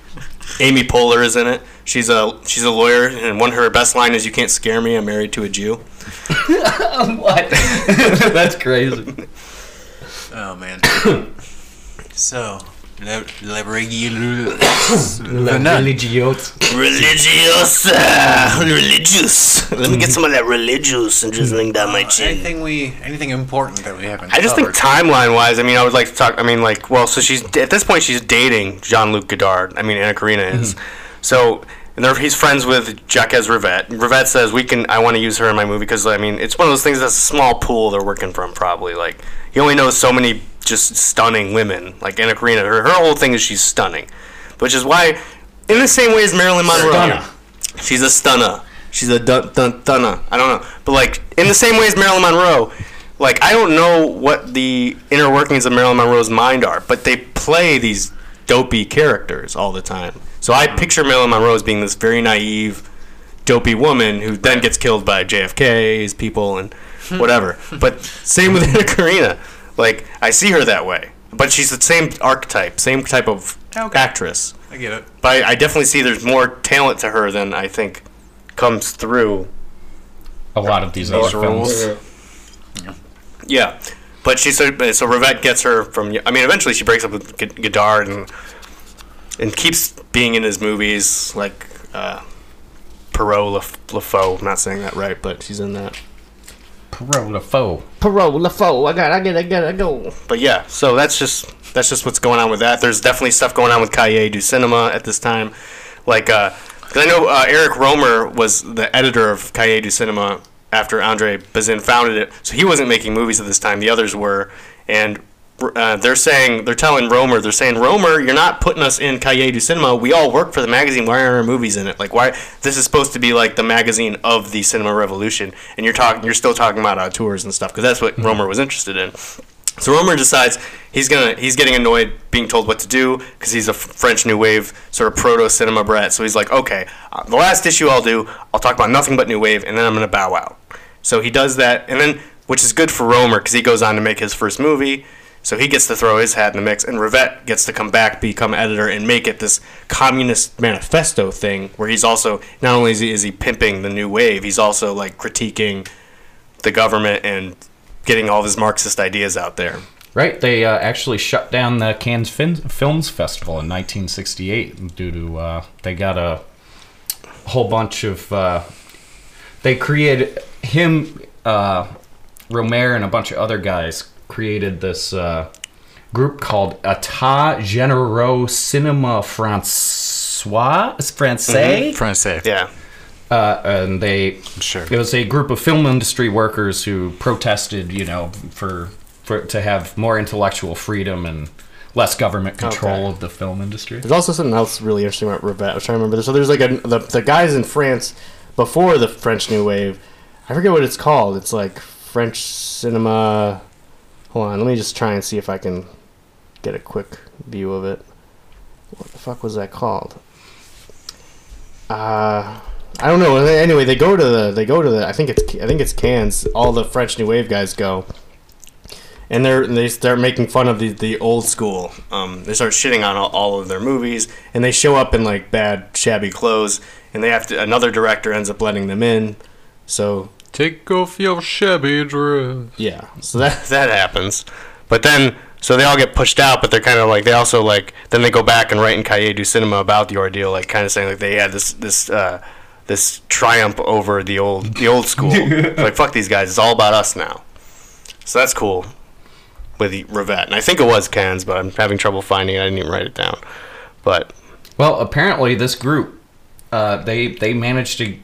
Amy Poehler is in it. She's a she's a lawyer, and one of her best line is "You can't scare me. I'm married to a Jew."
what? That's crazy.
Oh man. so, le, le regular.
Religious, uh, religious. Let me get some of that religious and just link down my chin.
anything we, anything important that we haven't.
Mm-hmm. I just think timeline wise, I mean, I would like to talk. I mean, like, well, so she's at this point she's dating Jean Luc Godard. I mean, Anna Karina is. So and they're, he's friends with Jacques Rivette. Rivette says we can. I want to use her in my movie because I mean, it's one of those things that's a small pool they're working from. Probably like he only knows so many just stunning women. Like Anna Karina, her, her whole thing is she's stunning, which is why. In the same way as Marilyn Monroe.
Stunner.
She's a stunner. She's a dun dun dunna. I don't know. But like in the same way as Marilyn Monroe, like I don't know what the inner workings of Marilyn Monroe's mind are, but they play these dopey characters all the time. So I picture Marilyn Monroe as being this very naive, dopey woman who then gets killed by JFK's people and whatever. but same with Anna Karina. Like I see her that way. But she's the same archetype, same type of
Okay.
actress
I get it.
but I, I definitely see there's more talent to her than I think comes through.
A lot of these other films.
Yeah, but she so so Rivette gets her from. I mean, eventually she breaks up with G- Godard and and keeps being in his movies like uh, Perot Lef- LaFoe. I'm not saying that right, but she's in that.
Perot the foe.
But yeah, so that's just that's just what's going on with that. There's definitely stuff going on with Cahiers du Cinema at this time, like uh 'cause I know uh, Eric Romer was the editor of Cahiers du Cinema after Andre Bazin founded it, so he wasn't making movies at this time. The others were, and uh, they're saying they're telling Romer they're saying Romer, you're not putting us in Cahiers du Cinema. We all work for the magazine. Why aren't our movies in it? Like why this is supposed to be like the magazine of the cinema revolution, and you're talking you're still talking about auteurs and stuff because that's what Romer was interested in. So Romer decides he's gonna he's getting annoyed being told what to do because he's a f- French New Wave sort of proto cinema brat. So he's like, okay, uh, the last issue I'll do, I'll talk about nothing but New Wave, and then I'm gonna bow out. So he does that, and then which is good for Romer because he goes on to make his first movie. So he gets to throw his hat in the mix, and Rivette gets to come back, become editor, and make it this communist manifesto thing where he's also not only is he, is he pimping the New Wave, he's also like critiquing the government and getting all of his Marxist ideas out there.
Right, they uh, actually shut down the Cannes fin- Films Festival in 1968 due to uh, they got a whole bunch of uh, they created him, uh, Romer, and a bunch of other guys created this uh, group called Etat Généraux Cinéma François Francais,
Francais.
Yeah.
uh, and they
Sure.
it was a group of film industry workers who protested, you know, for, for to have more intellectual freedom and less government control
Okay.
of the film industry.
There's also something else really interesting about Rivette. I was trying to remember. this. So there's like a, the, the guys in France before the French New Wave. I forget what it's called. It's like French cinema. Hold on, let me just try and see if I can get a quick view of it. What the fuck was that called? Uh, I don't know. Anyway, they go to the they go to the I think it's I think it's Cannes. All the French New Wave guys go. and they're and they start making fun of the, the old school. Um, they start shitting on all, all of their movies, and they show up in like bad, shabby clothes, and they have to. Another director ends up letting them in. So
Take off your shabby dress.
yeah, so that that happens. But then, so they all get pushed out, but they're kind of like they also like then they go back and write in Cahiers du Cinema about the ordeal, like kind of saying like they had this this. Uh, this triumph over the old the old school. It's like fuck these guys, it's all about us now. So that's cool with the Rivette. And I think it was Cannes, but I'm having trouble finding it. I didn't even write it down. But
Well, apparently this group uh, they they managed to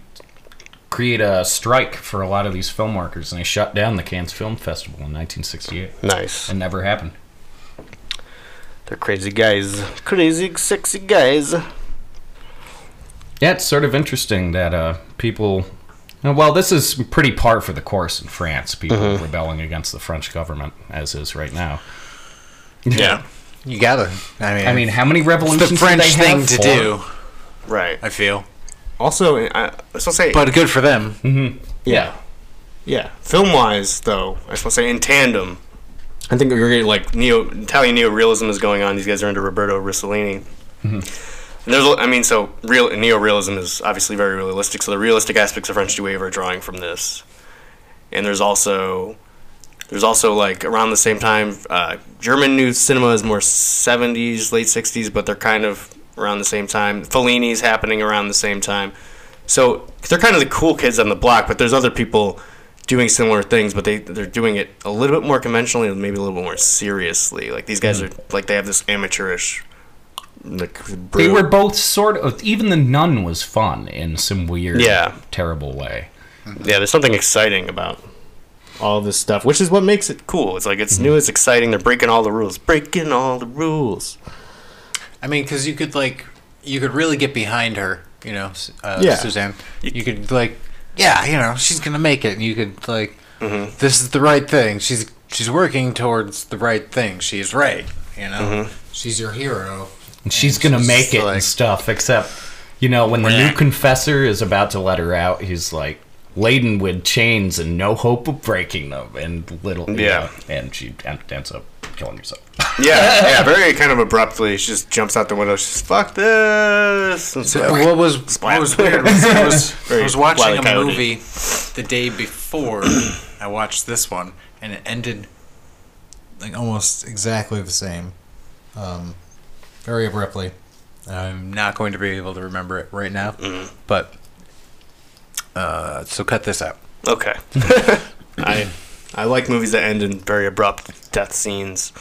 create a strike for a lot of these film workers, and they shut down the Cannes Film Festival in 1968.
nice.
It never happened.
They're crazy guys. Crazy sexy guys.
Yeah, it's sort of interesting that uh, people. uh, Well, this is pretty par for the course in France. People rebelling against the French government, as is right now.
Yeah.
You gotta. I mean,
I mean, how many
it's
revolutions?
the French
did they
thing
have
to
for?
do.
Right.
I feel,
Also, I, I was gonna say,
but good for them.
yeah, yeah. Film-wise, though, I was gonna say in tandem, I think we're getting like neo Italian neo-realism is going on. These guys are into Roberto Rossellini. And there's, a- I mean, so real neo-realism is obviously very realistic. So the realistic aspects of French New Wave are drawing from this, and there's also there's also like around the same time uh, German new cinema is more 70s, late 60s, but they're kind of around the same time. Fellini's happening around the same time. So they're kind of the cool kids on the block, but there's other people doing similar things, but they they're doing it a little bit more conventionally and maybe a little bit more seriously. Like these guys are like they have this amateurish. Like,
Hmm. They
brew-
were both sort of. Even the nun was fun in some weird,
Yeah.
terrible way.
yeah. There's something exciting about all this stuff, which is what makes it cool. It's like it's new, it's exciting. They're breaking all the rules, breaking all the rules.
I mean, because you could like, you could really get behind her. You know, S- uh,
Yeah.
Suzanne. You could like, yeah, you know, she's gonna make it. And you could like, this is the right thing. She's she's working towards the right thing. She's right. You know, she's your hero.
And she's gonna
she's
make it
like-
and stuff. Except, you know, when the new confessor is about to let her out, he's like laden with chains and no hope of breaking them, and little you
Yeah.
know, and she en- ends up killing herself.
Yeah, yeah, very kind of abruptly. She just jumps out the window. She's fuck this. And
So uh,
so-
what was
Splat.
what was weird was I was, I
Very
was watching
Wile E.
a
Coyote.
movie the day before I watched this one, and it ended like almost exactly the same, um, very abruptly. I'm not going to be able to remember it right now,
Mm-hmm.
but uh, so cut this out.
okay. I I like movies that end in very abrupt death scenes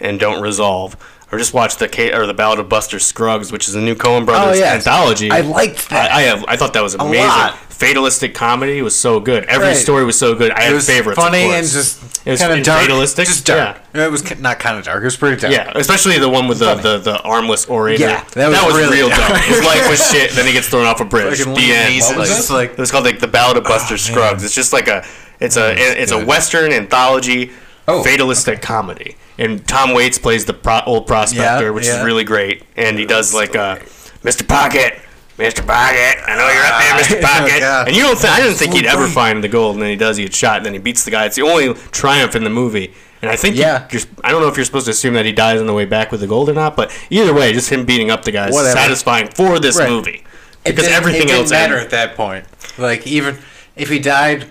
and don't resolve. Or just watch the K- or the Ballad of Buster Scruggs, which is a new Coen Brothers
yes.
anthology.
I liked that.
I, I, have, I thought that was amazing.
lot.
Fatalistic comedy was so good. Every
Right.
story was so good. I
It
have
was
favorites. of
funny and
course.
just
It was
kind of
and
dark.
fatalistic?
Just dark. It was ki- not kind of dark. It was pretty dark.
Yeah, especially the one with the, the, the armless orator.
Yeah, that was really
real
dark.
dumb. His life was shit. Then he gets thrown off a bridge.
Fucking
the end.
Liam Neeson,
Like,
just like- Oh,
it was called like the Ballad of Buster Scruggs. It's just like a it's a it's a
good.
western anthology,
Oh,
fatalistic comedy. And Tom Waits plays the pro- old prospector,
Yeah,
which
yeah.
is really great. And he does like uh, Mr. Pocket. Mr. Pocket, I know you're up there, Mr. Pocket.
God.
And you don't, th- I didn't think he'd ever find the gold, and then he does. He gets shot, and then he beats the guy. It's the only triumph in the movie. And I think
Yeah.
yeah. you're, I don't know if you're supposed to assume that he dies on the way back with the gold or not, but either way, just him beating up the guy is
Whatever.
satisfying for this
Right.
movie
It
because
didn't-
everything
it didn't
else
matter
ended-
at that point. Like even if he died,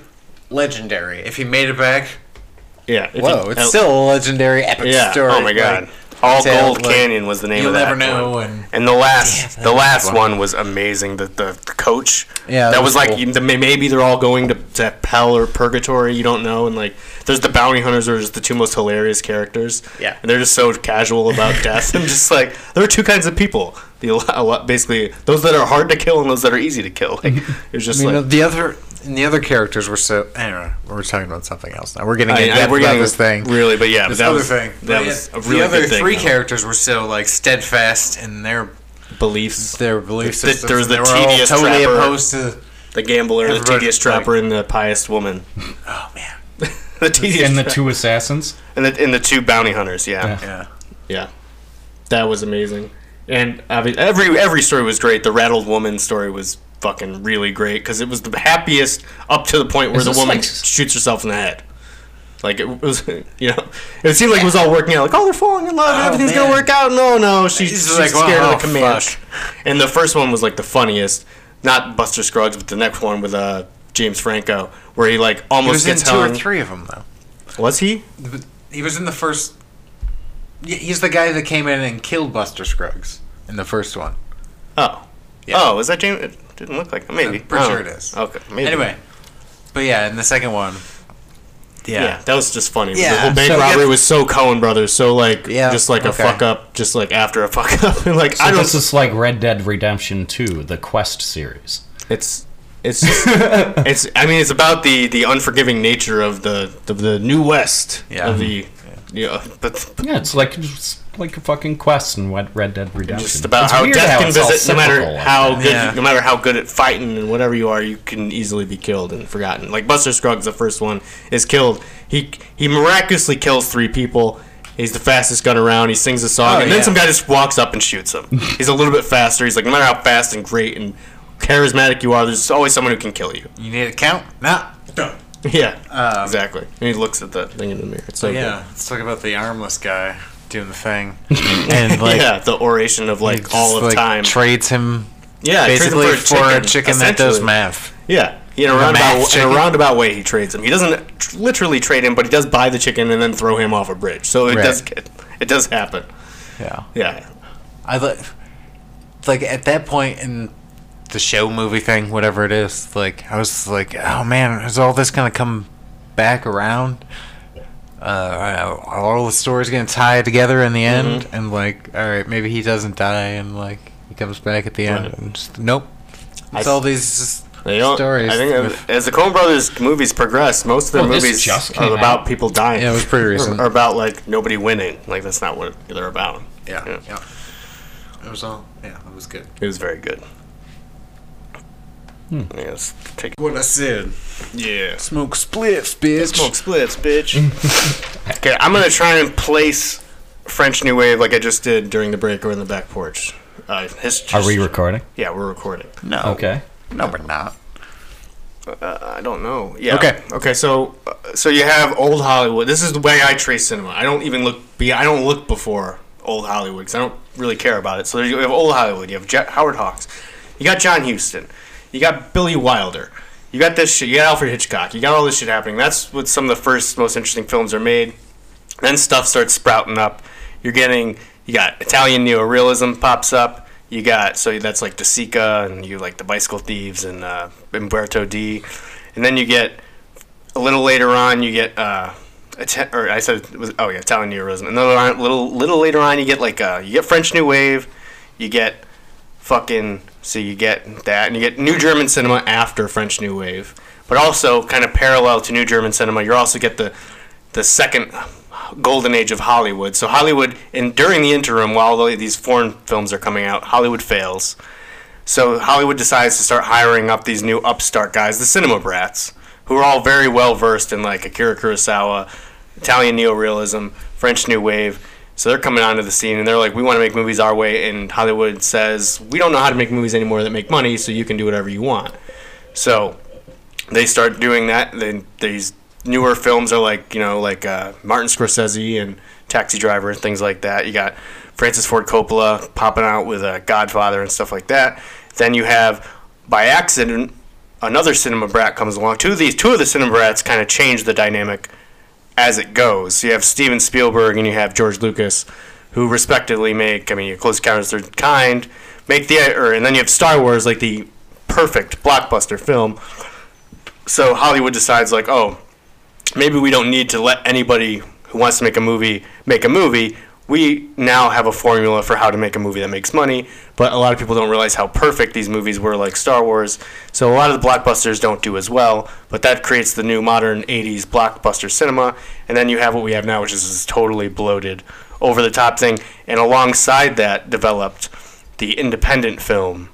legendary. If he made it back,
Yeah, if
whoa,
you-
it's still a legendary epic
yeah.
story.
oh my god,
Like,
All
tale,
Gold
like,
Canyon was the name
you'll
of that.
never know
one.
and-
and the last,
Damn, that
the
was
last
one.
one was amazing. The the, the coach.
Yeah,
that,
that
was,
was
like
cool.
you- the, maybe they're all going to, to hell or purgatory. You don't know, and like there's the bounty hunters are just the two most hilarious characters.
Yeah.
and they're just so casual about death and just like there are two kinds of people. The a lot- a lot- basically those that are hard to kill and those that are easy to kill. Like it's just
You know,
like
the other and the other characters were so. I don't know. We're talking about something else now. We're getting
I-
into
I-
depth
we're
about
getting
this thing.
really, but yeah, but
this
that
other
was
thing.
that
But
was
yeah,
a really
the other
good thing.
three
though.
characters were so like steadfast in their
beliefs,
their belief
The- there
systems.
was the
and they were all
tedious
totally
trapper.
opposed to.
the gambler, the
Everybody-
tedious trapper, and the pious woman.
Oh man.
The tedious
and the two assassins.
And the, and the two bounty hunters, yeah. yeah.
Yeah.
That was amazing. And I mean, every every story was great. The rattled woman story was fucking really great because it was the happiest up to the point where
Is
the
this
woman
like-
shoots herself in the head. Like it was, you know, it seemed like it was all working out. Like, oh, they're falling in love.
Oh,
everything's
man.
gonna work out. No, no, she's,
It's
she's
like,
scared
wow,
of the Comanche. And the first one was like the funniest. Not Buster Scruggs, but the next one with uh, James Franco, where he like
He
almost
was in
gets
two
hung.
or three of them though.
Was he?
He was in the first. Yeah, He's the guy that came in and killed Buster Scruggs in the first one.
Oh.
Yeah.
Oh, is that James? It didn't look like maybe.
I'm pretty
Oh.
sure it is.
Okay. Maybe.
Anyway, but yeah, in the second one,
Yeah.
yeah,
that was just funny. The
Yeah.
whole bank
So-
robbery was so Cohen brothers, so like
Yeah,
just like a
okay.
fuck up, just like after a fuck up. and like
So
I don't
this is like Red Dead Redemption 2, the Quest series.
it's it's just, it's I mean it's about the the unforgiving nature of the the, the new west
Yeah.
of the yeah, but
Yeah, it's like it's like a fucking quest in Wed- Red Dead Redemption.
Just about
It's
how
weird
death can
it's all
visit, no matter
cyclical like
how good,
Yeah.
no matter how good at fighting and whatever you are, you can easily be killed and forgotten. Like Buster Scruggs, the first one is killed. He he miraculously kills three people. He's the fastest gun around. He sings a song,
Oh,
and then
yeah.
some guy just walks up and shoots him. He's a little bit faster. He's like, no matter how fast and great and charismatic you are, there's always someone who can kill you.
You need a count? Nah.
Yeah,
Um,
exactly. And he looks at the thing in the mirror. It's so
Yeah.
yeah,
Let's talk about the armless guy doing the thing. and like
yeah, the oration of
he
like
just,
all of
like,
time.
Trades him
yeah, trades him
basically for a chicken, that does
essentially.
math.
Yeah. In a,
math
roundabout, in a
chicken?
roundabout way, he trades him. He doesn't tr- literally trade him, but he does buy the chicken and then throw him off a bridge. So it
Right.
does get, it does happen.
Yeah.
Yeah.
I li- like at that point in the show movie thing, whatever it is. Like I was like, oh man, is all this gonna come back around? Uh, are all the stories gonna tie together in the end, and like, all right, maybe he doesn't die, and like he comes back at the end.
Right.
And just, nope, it's
I-
all these
They don't-
stories.
I think
with-
as, as the Coen Brothers movies progress, most of their
Oh, this
movies
just
are
came
about
out.
people dying.
Yeah, it was pretty recent.
Or, about like nobody winning. Like that's not what they're about.
yeah, yeah, it was all yeah, it was good.
It was very good.
Hmm.
Yes. Take,
What I said,
yeah.
smoke splits, bitch.
Smoke splits, bitch. okay, I'm gonna try and place French New Wave like I just did during the break or in the back porch. Uh, his,
Are we recording?
Yeah, we're recording.
No,
Okay.
no, we're not.
Uh, I don't know. Yeah.
Okay.
Okay. So, uh, so you have old Hollywood. This is the way I trace cinema. I don't even look. Be I don't look before old Hollywood because I don't really care about it. So there you have old Hollywood. You have Ja- Howard Hawks. You got John Huston. You got Billy Wilder. You got this shit. You got Alfred Hitchcock. You got all this shit happening. That's what some of the first most interesting films are made. Then stuff starts sprouting up. You're getting you got Italian neorealism pops up. You got so that's like De Sica and you like the Bicycle Thieves and uh, Umberto D. And then you get a little later on you get uh, Ita- or I said it was oh yeah Italian neorealism. And then a little little later on you get like uh, you get French New Wave. You get fucking so you get that and you get new german cinema after french new wave but also kind of parallel to new german cinema you also get the the second golden age of hollywood so hollywood and during the interim while all these foreign films are coming out hollywood fails so hollywood decides to start hiring up these new upstart guys the cinema brats who are all very well versed in like akira kurosawa italian neorealism french new wave so they're coming onto the scene and they're like, we want to make movies our way. And Hollywood says, we don't know how to make movies anymore that make money, so you can do whatever you want. So they start doing that. Then these newer films are like, you know, like uh, Martin Scorsese and Taxi Driver and things like that. You got Francis Ford Coppola popping out with uh, Godfather and stuff like that. Then you have, by accident, another cinema brat comes along. Two of these, two of the cinema brats kind of change the dynamic as it goes. So you have Steven Spielberg and you have George Lucas, who respectively make, I mean, your Close Encounters of the Third Kind, make the, or, and then you have Star Wars, like the perfect blockbuster film. So Hollywood decides, like, oh, maybe we don't need to let anybody who wants to make a movie make a movie. We now have a formula for how to make a movie that makes money, but a lot of people don't realize how perfect these movies were, like Star Wars. So a lot of the blockbusters don't do as well, but that creates the new modern 80s blockbuster cinema. And then you have what we have now, which is this totally bloated, over the top thing. And alongside that, developed the independent film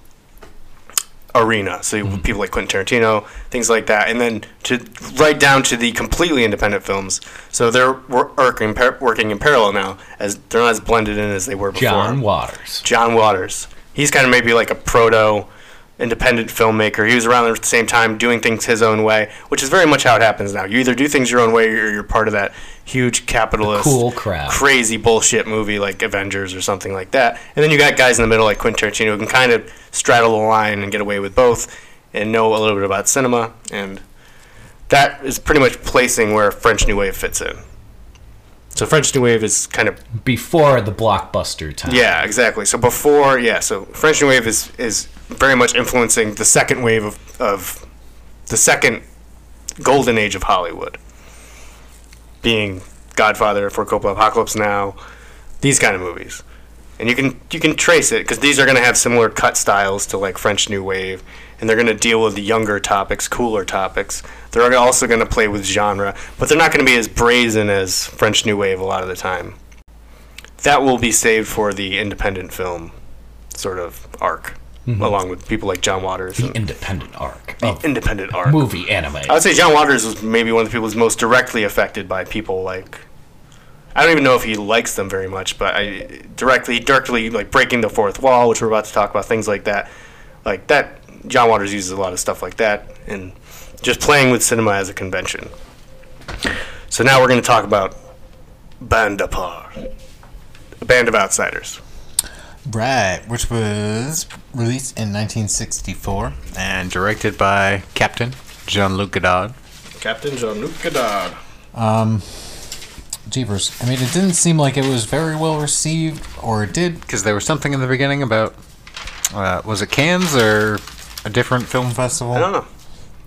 arena. So you- people like Quentin Tarantino, things like that, and then to right down to the completely independent films. So they're wor- working par- working in parallel now, as they're not as blended in as they were before.
John Waters.
John Waters. He's kind of maybe like a proto independent filmmaker. He was around at the same time doing things his own way, which is very much how it happens now. You either do things your own way or you're part of that huge capitalist
cool crowd.
crazy bullshit movie like Avengers or something like that. And then you got guys in the middle like Quentin Tarantino who can kind of straddle the line and get away with both and know a little bit about cinema and that is pretty much placing where French New Wave fits in. So French New Wave is kind of
Before the blockbuster time.
yeah, exactly. So before, yeah, so French New Wave is is very much influencing the second wave of, of the second golden age of Hollywood, being Godfather, For Coppola, Apocalypse Now, these kind of movies, and you can you can trace it because these are going to have similar cut styles to like French New Wave, and they're going to deal with the younger topics, cooler topics. They're also going to play with genre, but they're not going to be as brazen as French New Wave a lot of the time. that will be saved for the independent film sort of arc, along with people like John Waters.
The
and
independent arc
the
of
independent arc.
movie anime.
I would say John Waters was maybe one of the people who's most directly affected by people like. I don't even know if he likes them very much, but I directly, directly like breaking the fourth wall, which we're about to talk about, things like that. Like that, John Waters uses a lot of stuff like that, and just playing with cinema as a convention. So now we're going to talk about Bandapar, a band of outsiders.
Right, which was released in 1964 and directed by Captain Jean-Luc Godard.
Captain Jean-Luc Godard.
Jeepers. I mean, it didn't seem like it was very well received, or it did, because there was something in the beginning about uh, was it Cannes or a different film festival?
I don't know.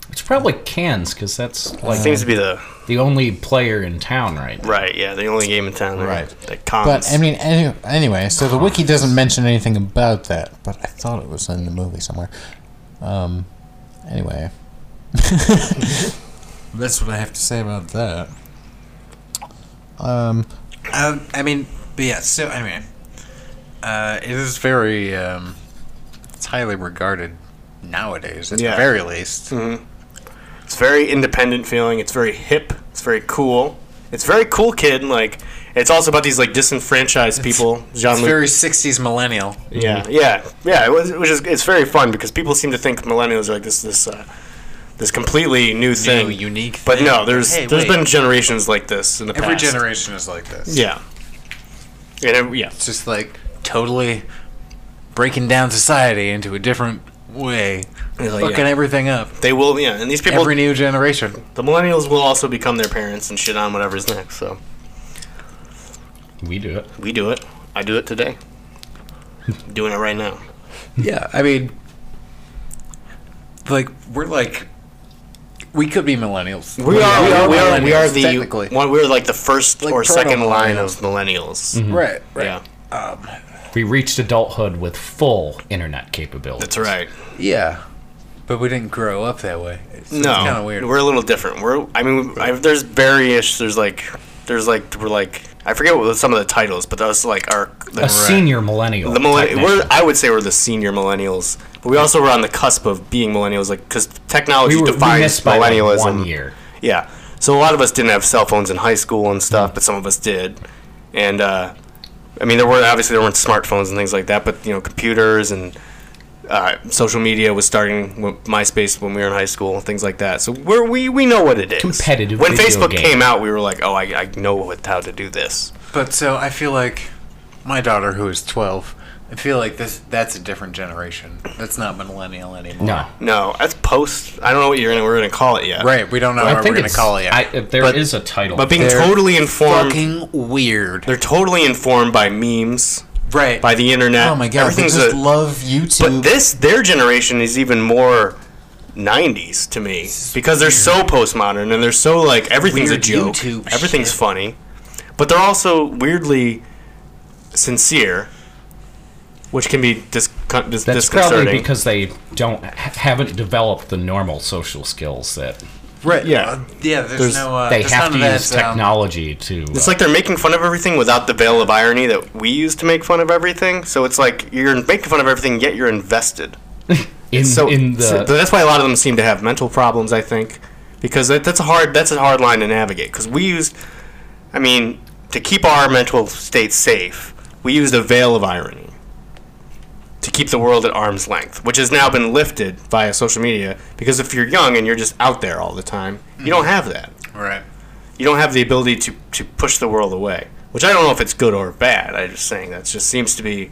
It's probably Cannes because that's like
Seems to be the
the only player in town right now.
right, yeah, the only game in town.
Right.
That cons.
But I mean, any, anyway, so the wiki doesn't mention anything about that, but I thought it was in the movie somewhere. Um, anyway, that's what I have to say about that. Um, um I mean, but yeah. So I mean, uh, it is very um, it's highly regarded nowadays, at
Yeah. Mm-hmm.
the very least.
It's very independent feeling. It's very hip. It's very cool. It's very cool kid. Like it's also about these like disenfranchised people. Jean
It's very Mm-hmm. '60s millennial.
yeah, yeah, yeah. It was, which is it's very fun because people seem to think millennials are like this this uh, this completely new thing,
unique
But
thing.
no, there's
Hey,
there's
wait.
been generations like this in the
Every
past.
generation is like this.
Yeah. And every, yeah,
It's just like totally breaking down society into a different way,
like,
fucking
yeah.
everything up.
they will. Yeah, and these people,
Every new generation.
the millennials will also become their parents and shit on whatever's next. So
We do it.
we do it. I do it today. Doing it right now.
Yeah, I mean, like we're like, we could be millennials.
We are, we are, we are, we are
millennials,
the one, we're like the first
Like
or second line
proto-millennials.
of millennials.
Mm-hmm.
right, right.
Yeah,
We reached adulthood with full internet capability.
that's right.
Yeah, but we didn't grow up that way. It's
no,
kind of weird.
we're a little different. We're, I mean, I, there's various. There's like, there's like, we're like, I forget what some of the titles, but that's like our the,
A senior millennial.
the millennial.
technician.
We're, I would say we're the senior millennials, but we also were on the cusp of being millennials, like because technology
we were we
defines
missed by like
millennialism.
one year.
Yeah. So a lot of us didn't have cell phones in high school and stuff, but some of us did. And uh, I mean, there were obviously there weren't smartphones and things like that, but you know, computers and uh, social media was starting with MySpace when we were in high school, things like that. So we're, we we know what it is.
Competitive
When
video
Facebook
game.
came out, we were like, oh, I, I know what, how to do this.
But so I feel like my daughter, who is twelve, I feel like this—that's a different generation. That's not millennial anymore.
No,
No, that's post. I don't know what you're gonna we're gonna call it yet.
Right, we don't know
I
what we're
think
gonna
it's.
call it yet.
I, if there
But-
is a title,
But being
They're
totally informed,
fucking weird.
they're totally informed by memes,
Right.
by the internet.
oh my god, they
everything's
just
a-
love YouTube.
But this, their generation is even more 90s to me because they're so postmodern and they're so like everything's
Weird
a joke,
YouTube
everything's
shit.
funny, but they're also weirdly sincere, which can be dis- con- dis-
that's probably
disconcerting.
because they don't ha- haven't developed the normal social skills that
right?
yeah.
yeah. There's,
There's-
no. Uh,
they
there's
have to
none of
use
that, um,
technology to. uh,
it's like they're making fun of everything without the veil of irony that we use to make fun of everything. So it's like you're making fun of everything, yet you're invested.
in,
so,
in the
so that's why a lot of them seem to have mental problems. I think because that, that's a hard that's a hard line to navigate. Because we used, I mean, to keep our mental state safe, we used a veil of irony to keep the world at arm's length, which has now been lifted via social media. Because if you're young and you're just out there all the time, you don't have that.
right.
You don't have the ability to to push the world away. Which I don't know if it's good or bad. I'm just saying that just seems to be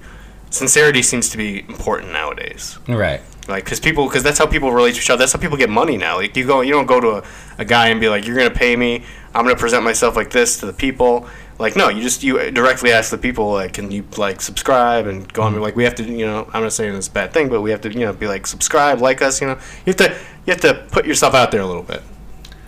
sincerity seems to be important nowadays
right.
like because people because that's how people relate to each other that's how people get money now like you go you don't go to a, a guy and be like you're gonna pay me i'm gonna present myself like this to the people like no you just you directly ask the people like can you like subscribe and go on like we have to you know i'm not saying it's a bad thing but we have to you know be like subscribe like us you know you have to you have to put yourself out there a little bit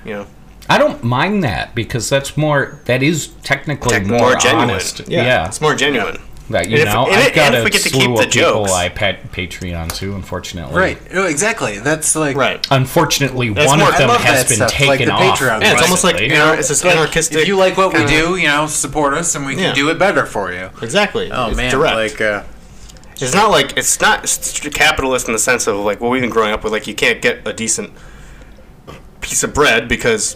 you know
I don't mind that because that's more that is technically
Tech-
more, honest. Yeah.
it's more genuine
that you
And if-
know
and
I've
if-
got
and
a
if we get to
slew
keep
of
the
people
jokes.
I pat Patreon to, unfortunately.
Right. Oh, exactly. That's like
Right.
Unfortunately, one
more-
of
I
them
love
has
that
been
stuff, like
taken
the
off.
Patreon
Yeah, it's almost like
recently.
you know, it's this anarchistic.
If you like what we
kinda-
do, you know, support us, and we
Yeah.
can do it better for you.
exactly.
Oh
it's
man,
direct.
like uh,
It's not like it's not st- capitalist in the sense of like what we've been growing up with. Like you can't get a decent piece of bread because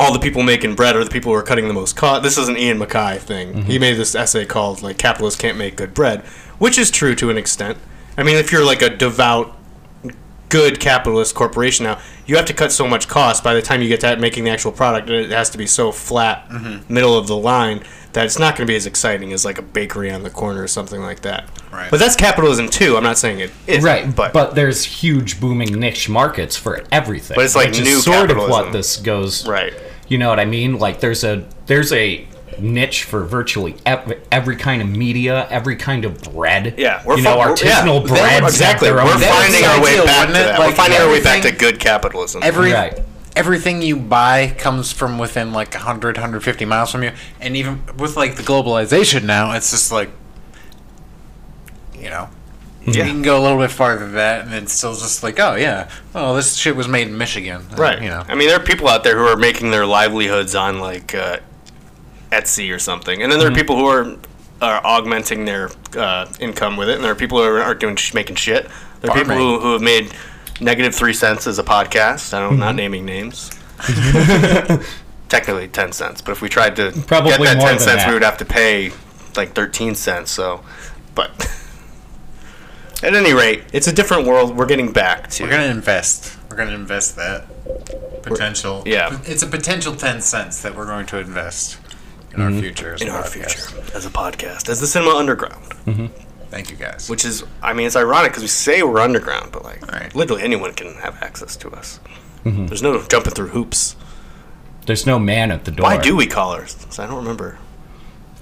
all the people making bread are the people who are cutting the most cost. This is an Ian Mackay thing.
Mm-hmm.
He made this essay called like capitalists can't make good bread, which is true to an extent. I mean, if you're like a devout good capitalist corporation now, you have to cut so much cost by the time you get to making the actual product, it has to be so flat,
Mm-hmm.
middle of the line that it's not going to be as exciting as like a bakery on the corner or something like that.
Right.
But that's capitalism too. I'm not saying it isn't,
Right,
but,
but, there's huge booming niche markets for everything.
But it's like
which
new
is sort of
capitalism.
what this goes.
Right.
You know what I mean? Like there's a there's a niche for virtually ev- every kind of media, every kind of bread.
Yeah,
we're you know
fi- we're- yeah,
artisanal
that-
breads. have
Exactly,
their
we're
own
finding
the
our way
ideal,
back to
wouldn't it?
that. we're
Like,
finding our way back to
everything-
good capitalism.
every
Right.
everything you buy comes from within like 100 150 miles from you and even with like the globalization now it's just like you know
Yeah.
you can go a little bit farther than that and it's still just like oh yeah oh this shit was made in michigan Uh,
right.
you know
I mean, there are people out there who are making their livelihoods on like uh, Etsy or something, and then there
Mm-hmm.
are people who are are augmenting their uh, income with it, and there are people who are, are doing sh- making shit. There are people
Farming.
who, who have made negative three cents as a podcast. I don't,
Mm-hmm.
not naming names. Technically ten cents, but if we tried to
Probably
get that
more
ten
than
cents, we
that.
would have to pay like thirteen cents. So, but at any rate, it's a different world. We're getting back to.
we're gonna invest we're gonna invest that potential
yeah.
it's a potential 10 cents that we're going to invest in
Mm-hmm.
our future as
in
a
our
podcast.
future as a podcast, as the Cinema Underground,
thank you guys
which is, I mean, it's ironic because we say we're underground, but like,
Right.
literally anyone can have access to us. There's no jumping through hoops.
There's no man at the door.
Why do we call ourselves? I don't remember.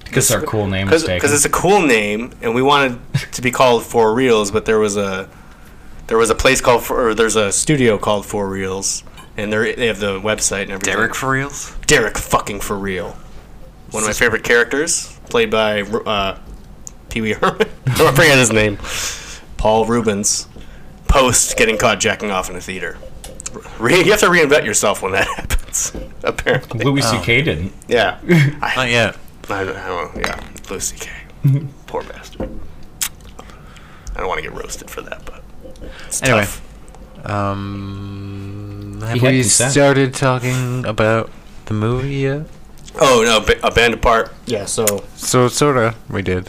Because our cool name is taken.
Because it's a cool name, and we wanted to be called Four Reels, but there was a there was a place called for, or there's a studio called Four Reels, and they they have the website and everything.
derek for reals
Derek fucking for real. One of my favorite characters, played by uh, Pee Wee Herman. I forget his name. Paul Rubens. Post getting caught jacking off in a theater. Re- you have to reinvent yourself when that happens, apparently.
Louis C.K. didn't.
Yeah.
not
I,
yet
I, don't- I don't, yeah. Lucy K. Poor bastard. I don't want to get roasted for that, but it's
Anyway.
tough.
Um, have
had
we
consent.
started talking about the movie yet?
Oh no, ba- a band apart. Yeah. So
So sort of we did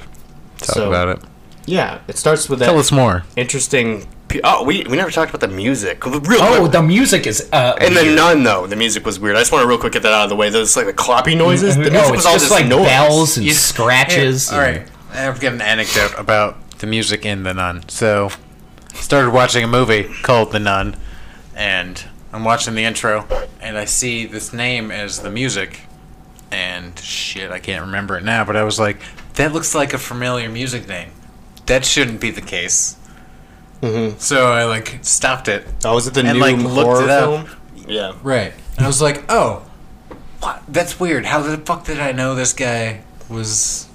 talk
So-
about it.
yeah, it starts with that
Tell us more.
interesting. pe- Oh, we, we never talked about the music. Real
Oh,
quick.
the music is. Uh,
And
weird.
the nun, though the music was weird. I just want to real quick get that out of the way. Those like the cloppy noises.
no,
The music was
Mm-hmm. Oh, it's
all
just
just
like
noise.
bells and
You-
scratches.
All right, I've got an anecdote about the music in The Nun. So, started watching a movie called The Nun, and I'm watching the intro, and I see this name as the music, and shit, I can't remember it now, but I was like, that looks like a familiar music name. That shouldn't be the case. Mm-hmm. So I like stopped it,
Oh, was it the
And,
new
like, looked
horror
it up.
film? Yeah.
Right. And I was like, oh, what? that's weird. How the fuck did I know this guy was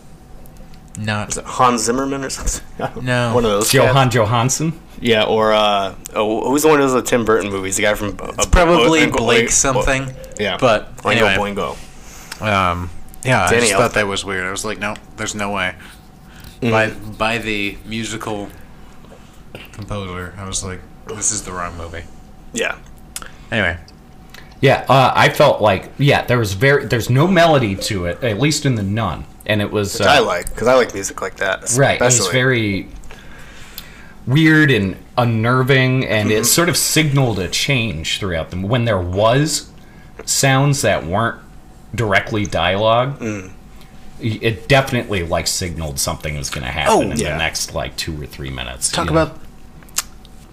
not.
Was it Hans Zimmerman or something? I don't-
No.
One of those. guys.
Johan Johansson.
Yeah, or uh, oh, who's the one who does the Tim Burton movies? The guy from. Uh,
It's probably
Oingo-
Blake
Oingo-
something.
yeah.
But
Oingo
anyway,
Boingo.
um, yeah, I just
Danielle.
thought that was weird. I was like, no, there's no way. By by the musical composer, I was like, this is the wrong movie.
Yeah.
Anyway,
Yeah, uh, I felt like yeah, there was very there's no melody to it, at least in the Nun, and it was
I
uh,
like because I like music like that.
right. It was
Especially.
very weird and unnerving, and it sort of signaled a change throughout them when there was sounds that weren't directly dialogue. i- It definitely like signaled something was going to happen
Oh,
in
yeah.
the next like two or three minutes.
talk
you know?
about.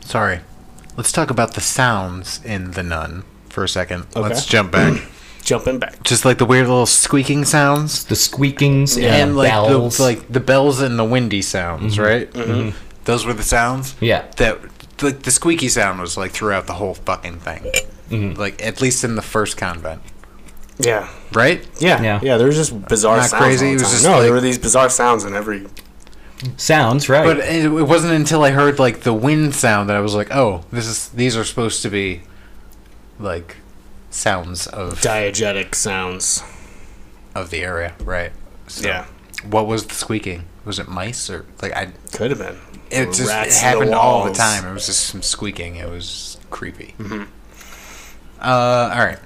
Sorry, let's talk about the sounds in the Nun for a second. Let's jump back.
jumping back.
just like the weird little squeaking sounds
the squeakings and,
and like
bells.
the like the bells and the windy sounds, right? Mm-hmm. Those were the sounds.
yeah,
That like the Mm-hmm. squeaky sound was like throughout the whole fucking thing. Like at least in the first convent.
Yeah.
right?
Yeah.
Yeah.
Yeah. Yeah. There's just bizarre
Not
sounds.
crazy,
all the
it was
time.
just
no,
like-
there were these bizarre sounds in every.
Sounds right.
But it, it wasn't until I heard like the wind sound that I was like, oh, this is these are supposed to be like sounds of
Diegetic sounds.
of the area, right? So
Yeah.
What was the squeaking? Was it mice or like I?
Could have been.
It just it
Rats in the
happened all the
walls. Mm-hmm.
time. It was just some squeaking. It was creepy. Uh, all right.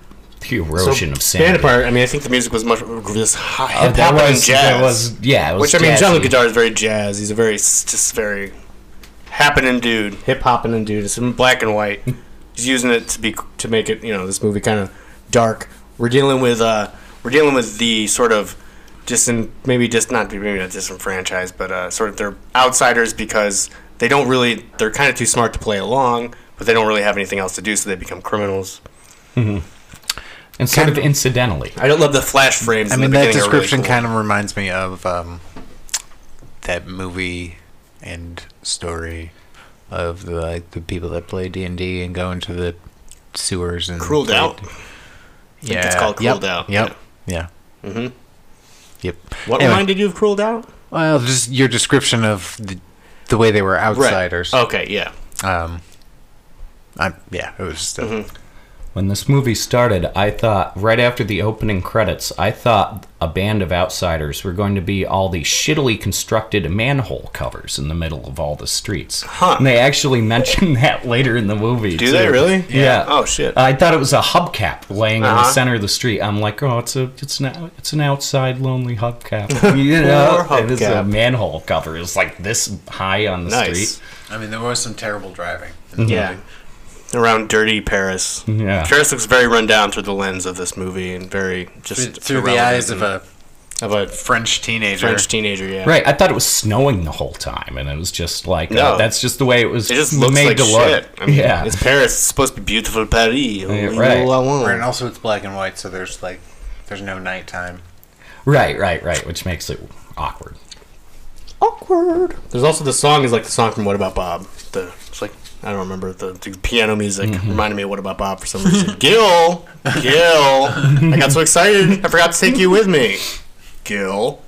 the erosion of
Band
sanity.
apart, I mean, I think the music was much this hip
Oh,
hop
that
and
was,
jazz.
that was yeah. It was
which I mean, John
jazzy.
Guitar is very jazz. He's a very s- just very happening dude, hip hopping dude. It's in black and white. He's using it to be to make it you know this movie kind of dark. We're dealing with uh we're dealing with the sort of just in, maybe just not maybe not disenfranchised, but uh, sort of they're outsiders because they don't really they're kind of too smart to play along, but they don't really have anything else to do, so they become criminals.
and sort of incidentally.
I don't love the flash frames.
I
in
mean,
the
that
beginning are really
description
cool.
kind of reminds me of um, that movie and story of the like, the people that play D and D and go into the sewers and
Crueled
play-
Out?
Yeah,
it's called
yep,
Crueled Out,
Yep. Yeah. Mm-hmm. Yep.
What
Anyway.
reminded you of Crueled Out?
Well, just your description of the, the way they were outsiders.
Okay, yeah.
Um. I'm, yeah, it was.
Mm-hmm.
Just a,
When this movie started, I thought right after the opening credits, I thought a band of outsiders were going to be all the shittily constructed manhole covers in the middle of all the streets.
Huh.
And they actually mention that later in the movie.
Do they
too.
really?
Yeah.
Oh shit.
I thought it was a hubcap laying in the
Uh-huh.
center of the street. I'm like, oh, it's a it's an out- it's an outside lonely hubcap. You know,
Poor
it is a
hubcap.
manhole cover. It's like this high on the
Nice.
I mean, there was some terrible driving.
Yeah. Around dirty Paris.
street. Yeah.
Paris looks very run down through the lens of this movie and very just
Through the eyes of
irrelevant
a
and- of a
French teenager.
French teenager. Yeah.
Right, I thought it was snowing the whole time, and it was just like uh,
No.
that's just the way it was
It just
made
looks like
to
shit.
look.
I mean,
yeah,
It's Paris. It's supposed to be beautiful Paris. Only
right.
all I want.
Right, and also it's black and white, so there's like there's no nighttime.
right, right, right, which makes it awkward.
Awkward. There's also the song is like the song from What About Bob. The it's like I don't remember the, the piano music
Mm-hmm.
reminded me of What About Bob for some reason. Gil, Gil, I got so excited I forgot to take you with me. Gil,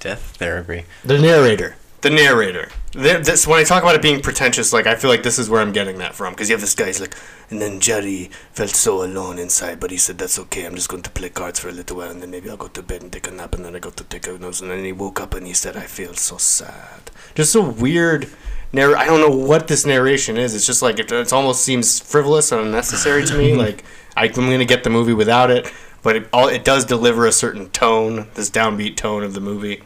Death therapy.
the narrator, the narrator. There- This when I talk about it being pretentious, like I feel like this is where I'm getting that from because you have this guy. He's like, and then Jerry felt so alone inside, but he said that's okay. I'm just going to play cards for a little while, and then maybe I'll go to bed and take a nap, and then I go to take a nose, and then he woke up and he said, I feel so sad. Just a weird. Narr- I don't know what this narration is. It's just like it, it almost seems frivolous and unnecessary to me. like I, I'm going to get the movie without it, but it, all, it does deliver a certain tone, this downbeat tone of the movie.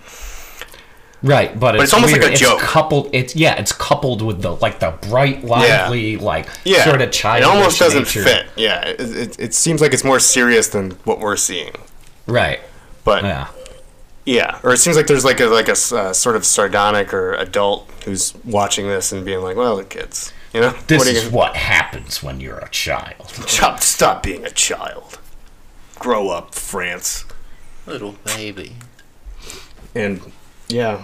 Right, but, it's,
it's almost like
weird.
a
it's
joke.
Coupled, it's yeah, it's coupled with the like the bright, lively, like
yeah,
sort of childish.
It almost doesn't
nature.
fit. Yeah, it, it, it seems like it's more serious than what we're seeing.
Right.
But yeah,
Yeah.
or it seems like there's like a like a s- uh, sort of sardonic or adult who's watching this and being like, "Well, the kids, you know,
This
what are you
is
gonna-
what happens when you're a child.
Stop, stop being a child. Grow up, France."
Little baby.
And yeah.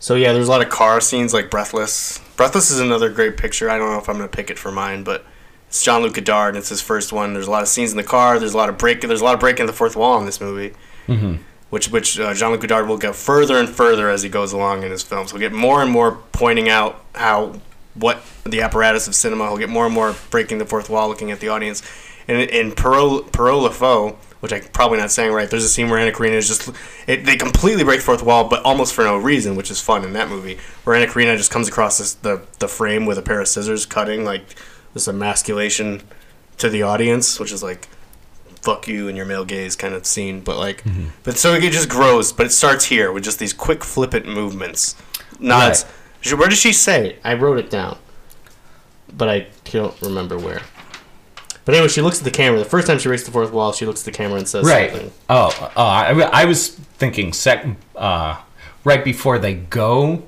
So yeah, there's a lot of car scenes like Breathless. Breathless is another great picture. I don't know if I'm gonna pick it for mine, but it's John Luke Godard and it's his first one. There's a lot of scenes in the car. There's a lot of break. There's a lot of breaking the fourth wall in this movie. Mm-hmm. Which which uh, John Luke Godard will go further and further as he goes along in his films. He'll get more and more pointing out how what the apparatus of cinema. He'll get more and more breaking the fourth wall, looking at the audience. And in Perot Perot LaFoe, which I'm probably not saying right, there's a scene where Anna Karina is just it, they completely break the fourth wall, but almost for no reason, which is fun in that movie. Where Anna Karina just comes across this, the the frame with a pair of scissors, cutting like this emasculation to the audience, which is like fuck you and your male gaze kind of scene. But like,
Mm-hmm.
but so it just grows. But it starts here with just these quick flippant movements. Nods. Where does she say? I wrote it down, but I don't remember where. But anyway, she looks at the camera. The first time she breaks the fourth wall, she looks at the camera and says
Right.
something.
Oh, oh I, I was thinking sec, uh, right before they go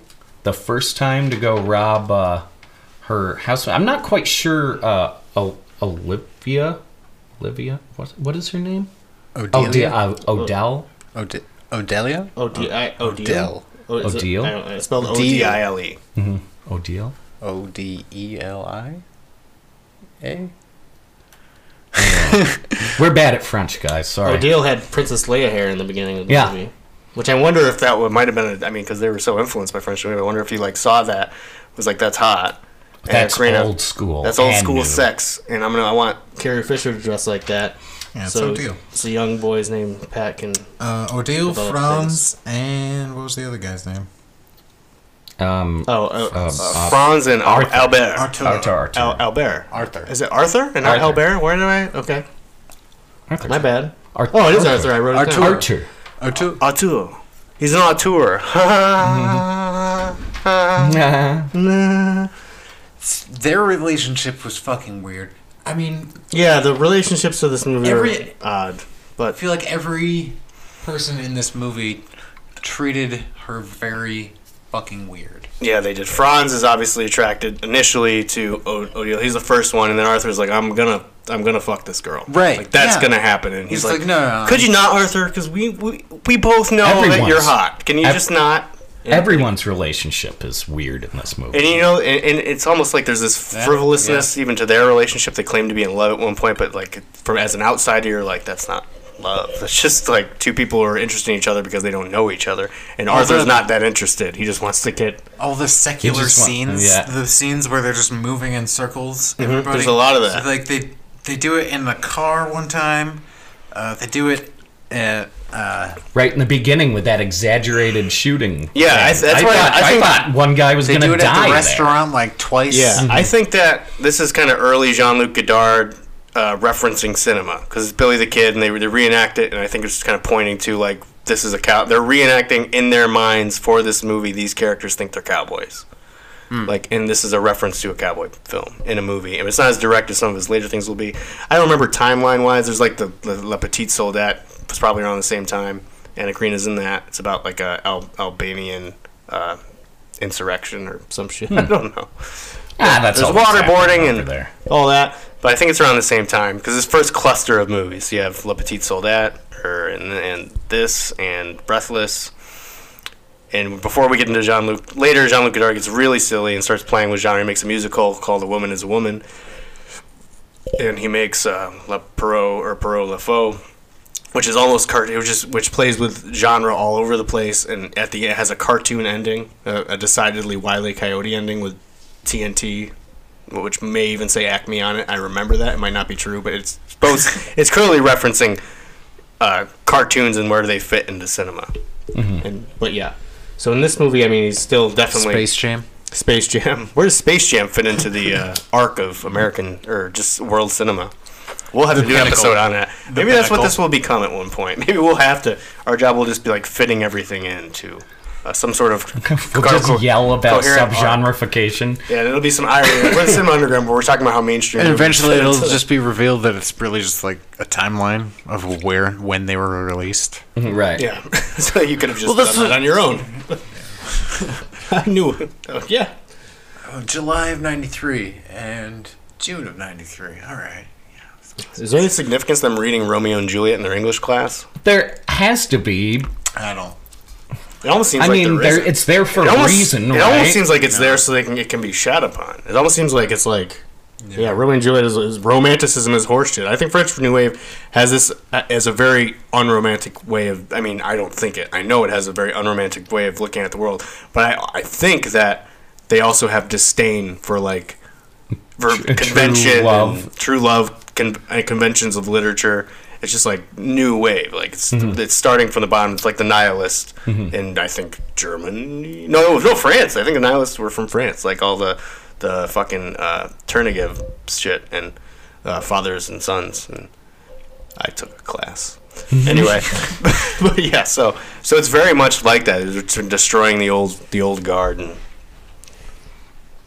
the first time to go rob uh, her house. I'm not quite sure. Uh, O- Olivia, Olivia, what, what is her name? Oh,
Odelia.
uh, Odell.
Ode- Odelia. Uh,
Ode- I-
Odell.
Odile. O- Oh, is it-
Odile?
I don't- It's spelled O
Odile.
D I L E.
Odile.
O D E L I A.
We're bad at French, guys. Sorry.
Odile had Princess Leia hair in the beginning of the
Yeah.
movie, which I wonder if that would, might have been. A, I mean, because they were so influenced by French Wave. I wonder if he like saw that was like that's hot. And
That's
Karina-
old school.
uh, That's old
and
school
new.
sex, and I'm gonna. I want Carrie Fisher to dress like that.
Yeah, it's
so
Odile.
So young boys named Pat can.
Uh, Odile,
Develop
Franz, and what was the other guy's name?
Um,
Oh, uh, uh,
uh,
Franz and Al- Albert.
Arturo.
Arthur, Arthur.
Al- Albert.
Arthur.
Is it Arthur and not
Arthur.
Albert? Where am I? Okay,
Arthur.
my bad.
Arth-
Oh, it is Arthur. I wrote it down.
Artur.
Arthur.
Arturo.
Artur. He's an auteur.
Their relationship was fucking weird. I mean,
yeah, the relationships of this movie are
Every-
odd,
I
but
feel like every person in this movie treated her very fucking weird.
yeah, they did. Franz is obviously attracted initially to o- Odile. He's the first one, and then Arthur's like, "I'm gonna, I'm gonna fuck this girl."
Right,
Like that's
yeah.
gonna happen, and he's,
He's
like,
like, "No, no, no."
could you not, Arthur? Because we, we, we both know that
Everyone's-
you're hot. Can you
ev-
just not?"
Everyone's relationship is weird in this movie.
And you know, and, and it's almost like there's this
Yeah,
frivolousness even to their relationship. They claim to be in love at one point, but like from as an outsider, you're like, that's not love. That's just like two people who are interested in each other because they don't know each other. And Arthur's
the-
not that interested. He just wants to get.
All the secular
just want-
scenes,
yeah.
the scenes where they're just moving in circles. Everybody,
There's a lot of that.
So, like they they do it in the car one time. Uh, they do it at uh,
right in the beginning with that exaggerated shooting.
Yeah, I,
thing.
that's why
thought,
I, think.
thought one guy was
they
going
do
to
it
die.
at the
there.
restaurant like twice.
Yeah, I think that this is kind of early Jean Luc Godard uh, referencing cinema because it's Billy the Kid, and they they reenact it, and I think it's just kind of pointing to like this is a cow. They're reenacting in their minds for this movie. These characters think they're cowboys. Like, and this is a reference to a cowboy film in a movie. And it's not as direct as some of his later things will be. I don't remember timeline wise. There's like the, the La Petite Soldat was probably around the same time. Anna Karina's in that. It's about like a Al- Albanian uh, insurrection or some shit. I don't know
Ah, that's
there's
all that's
waterboarding
happening over
and
there.
all that. But I think it's around the same time because this first cluster of movies you have Le Petit Soldat, or er, and, and this and Breathless. And before we get into Jean Luc, later Jean Luc Godard gets really silly and starts playing with genre. He makes a musical called A Woman Is a Woman, and he makes uh, La Perot or Perot La Faux, which is almost cartoon, which is which plays with genre all over the place. And at the end, it has a cartoon ending, a, a decidedly wily coyote ending with TNT, which may even say Acme on it. I remember that. It might not be true, but it's both. it's clearly referencing uh, cartoons and where they fit into cinema.
Mm-hmm.
And but yeah, so in this movie, I mean, he's still definitely
Space Jam.
Space Jam. Where does Space Jam fit into the uh, arc of American or just world cinema? We'll have to do an
pinnacle.
episode on that. Maybe that's what
pinnacle.
this will become at one point. Maybe we'll have to. Our job will just be like fitting everything into uh, some sort of.
We'll
co-
just yell about
coherent arc.
subgenreification.
Yeah, and it'll be some irony. We're in Cinema Underground, but we're talking about how mainstream.
And eventually, it'll
movies fit into-
just be revealed that it's really just like a timeline of where when they were released.
Right.
Yeah, so you could have just
Well, this
done that
is-
on your own. I knew. it. Oh, yeah,
July of '93 and June of '93. All right.
is there any significance to them reading Romeo and Juliet in their English class?
There has to be.
I don't.
It almost seems
I
like
mean,
there
there,
isn't.
it's there for
it
a
almost,
reason,
it
right?
almost seems like it's there so they can it can be shot upon. It almost seems like it's like yeah, Romeo and Juliet is, is romanticism is horseshit. I think French New Wave has this uh, as a very unromantic way of. I mean, I don't think it. I know it has a very unromantic way of looking at the world, but I I think that they also have disdain for like for
True
convention, and
love.
true love con- uh, conventions of literature. It's just like new wave. Like it's
Mm-hmm.
it's starting from the bottom. It's like the nihilist, and I think Germany. No, no, France. I think the nihilists were from France. Like all the the fucking uh, Turnigev shit and uh, fathers and sons. And I took a class.
Mm-hmm.
Anyway, but yeah. So so it's very much like that. It's destroying the old the old guard and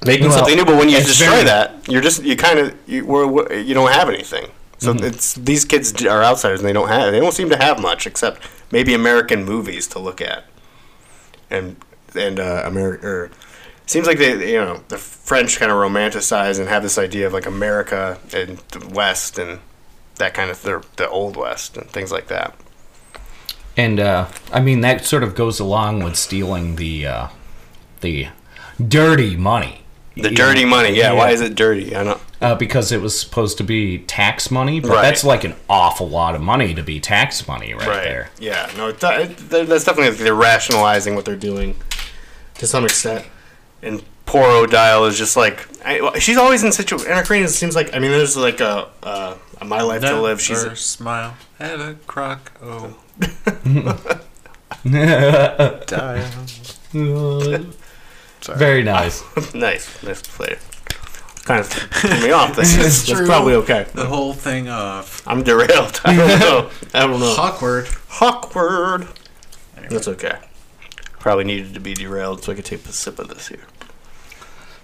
making
Well,
something new. But when you
it's
destroy
very-
that, you're just you kind of you we're, we're- you don't have anything. So
Mm-hmm.
it's these kids j- are outsiders and they don't have they don't seem to have much except maybe American movies to look at, and and uh, America. Or, seems like they you know the French kind of romanticize and have this idea of like America and the West and that kind of the, the old West and things like that.
And uh, I mean that sort of goes along with stealing the uh, the dirty money
The dirty money. Yeah, why is it dirty? I know.
uh, because it was supposed to be tax money, but
Right.
that's like an awful lot of money to be tax money right, there.
Yeah. No, it, it, that's definitely they're rationalizing what they're doing to some extent. And poor O'Dial is just like I, well, she's always in situ. Anna Karenina seems like I mean, there's like a, uh, a my life to live. She's
her smile at a croc. Oh,
Very nice.
nice, nice player. Kind of threw me off. That's, that's, probably okay.
the whole thing of
I'm derailed. I don't know. I don't know.
awkward.
Awkward. That's okay. Probably needed to be derailed so I could take a sip of this here.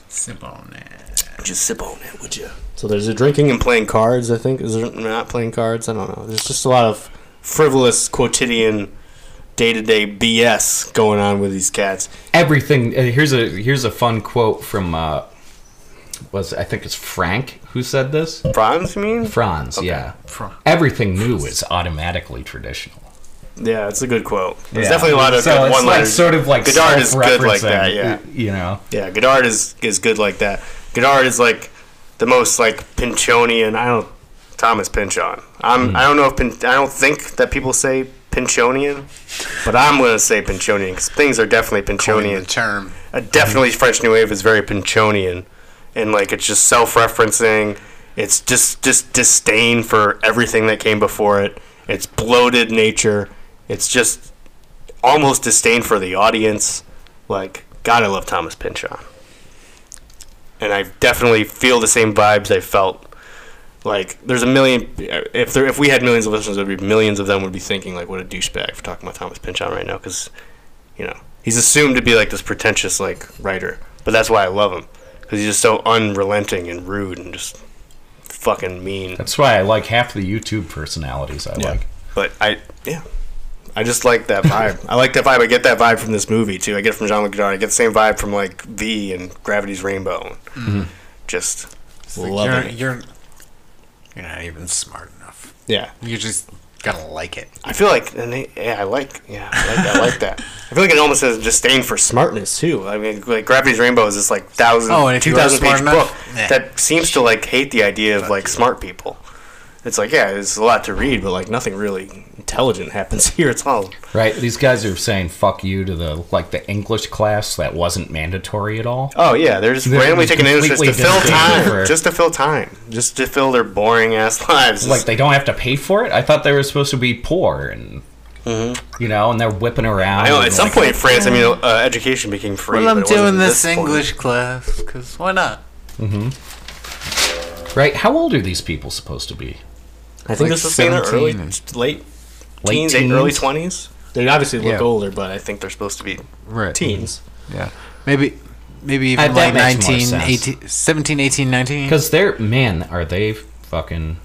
Simple on it.
Would you sip on it, would you? So there's a drinking and playing cards, I think. Is there not playing cards? I don't know. There's just a lot of frivolous, quotidian, day to day BS going on with these cats.
Everything. uh, Here's a here's a fun quote from uh, was I think it's Frank who said this.
Franz, you mean?
Franz, yeah. Everything new is automatically traditional.
Yeah, it's a good quote. There's
Yeah.
definitely a lot of
so
good
it's
one
like
liners.
sort of like
Godard is good like that,
self-referencing,
yeah.
You know,
Yeah, Godard is is good like that. Godard is like the most like Pinchonian. I don't Thomas Pinchon. I'm
Hmm.
I don't know if Pin, I don't think that people say Pinchonian, but I'm gonna say Pinchonian because things are definitely
The
Pinchonian.
term.
Uh, definitely French New Wave is very Pinchonian, and like it's just self-referencing. It's just just disdain for everything that came before it. It's bloated nature. It's just almost disdain for the audience. Like God, I love Thomas Pynchon, and I definitely feel the same vibes I felt. Like there's a million. If there, if we had millions of listeners, there'd be millions of them would be thinking like, what a douchebag for talking about Thomas Pynchon right now because you know he's assumed to be like this pretentious like writer but that's why i love him because he's just so unrelenting and rude and just fucking mean
that's why I like half the YouTube personalities I like.
but i yeah i just like that vibe i like that vibe i get that vibe from this movie too i get it from jean-luc godard i get the same vibe from like v and gravity's rainbow just love
you're,
it
You're, you're not even smart enough.
yeah
You just gotta like it.
I feel like, and they, yeah, I like, yeah, I like, that, I like that. I feel like it almost has a disdain for smartness too. I mean, like Gravity's Rainbow is this like thousand,
Oh, and if
two
you are
thousand
smart
page
enough,
book
eh.
that seems to like hate the idea of like smart people. It's like, yeah, it's a lot to read, but like nothing really intelligent happens here. It's all
Right? These guys are saying "fuck you" to the like the English class that wasn't mandatory at all.
Oh yeah, they're just
They're
randomly taking interest to
completely
fill
disdainful
time,
for-
just to fill time, just to fill their boring ass lives.
Like they don't have to pay for it. I thought they were supposed to be poor and you know, and they're whipping around.
Mm-hmm. I know.
and,
At some
like,
point in France, I mean, uh, education became free.
Well,
but
I'm
it wasn't
doing
at
this
point.
English class because why not?
right? How old are these people supposed to be?
I think
Like
this was in the
17
early,
and-
late
Late
teens, eight- early
teens?
twenties. They obviously look
Yeah.
older, but I think they're supposed to be
Right.
teens.
Yeah. Maybe maybe even
Uh,
like
that makes more
19,
sense.
18, 17, 18, 19.
Because they're man, are they fucking?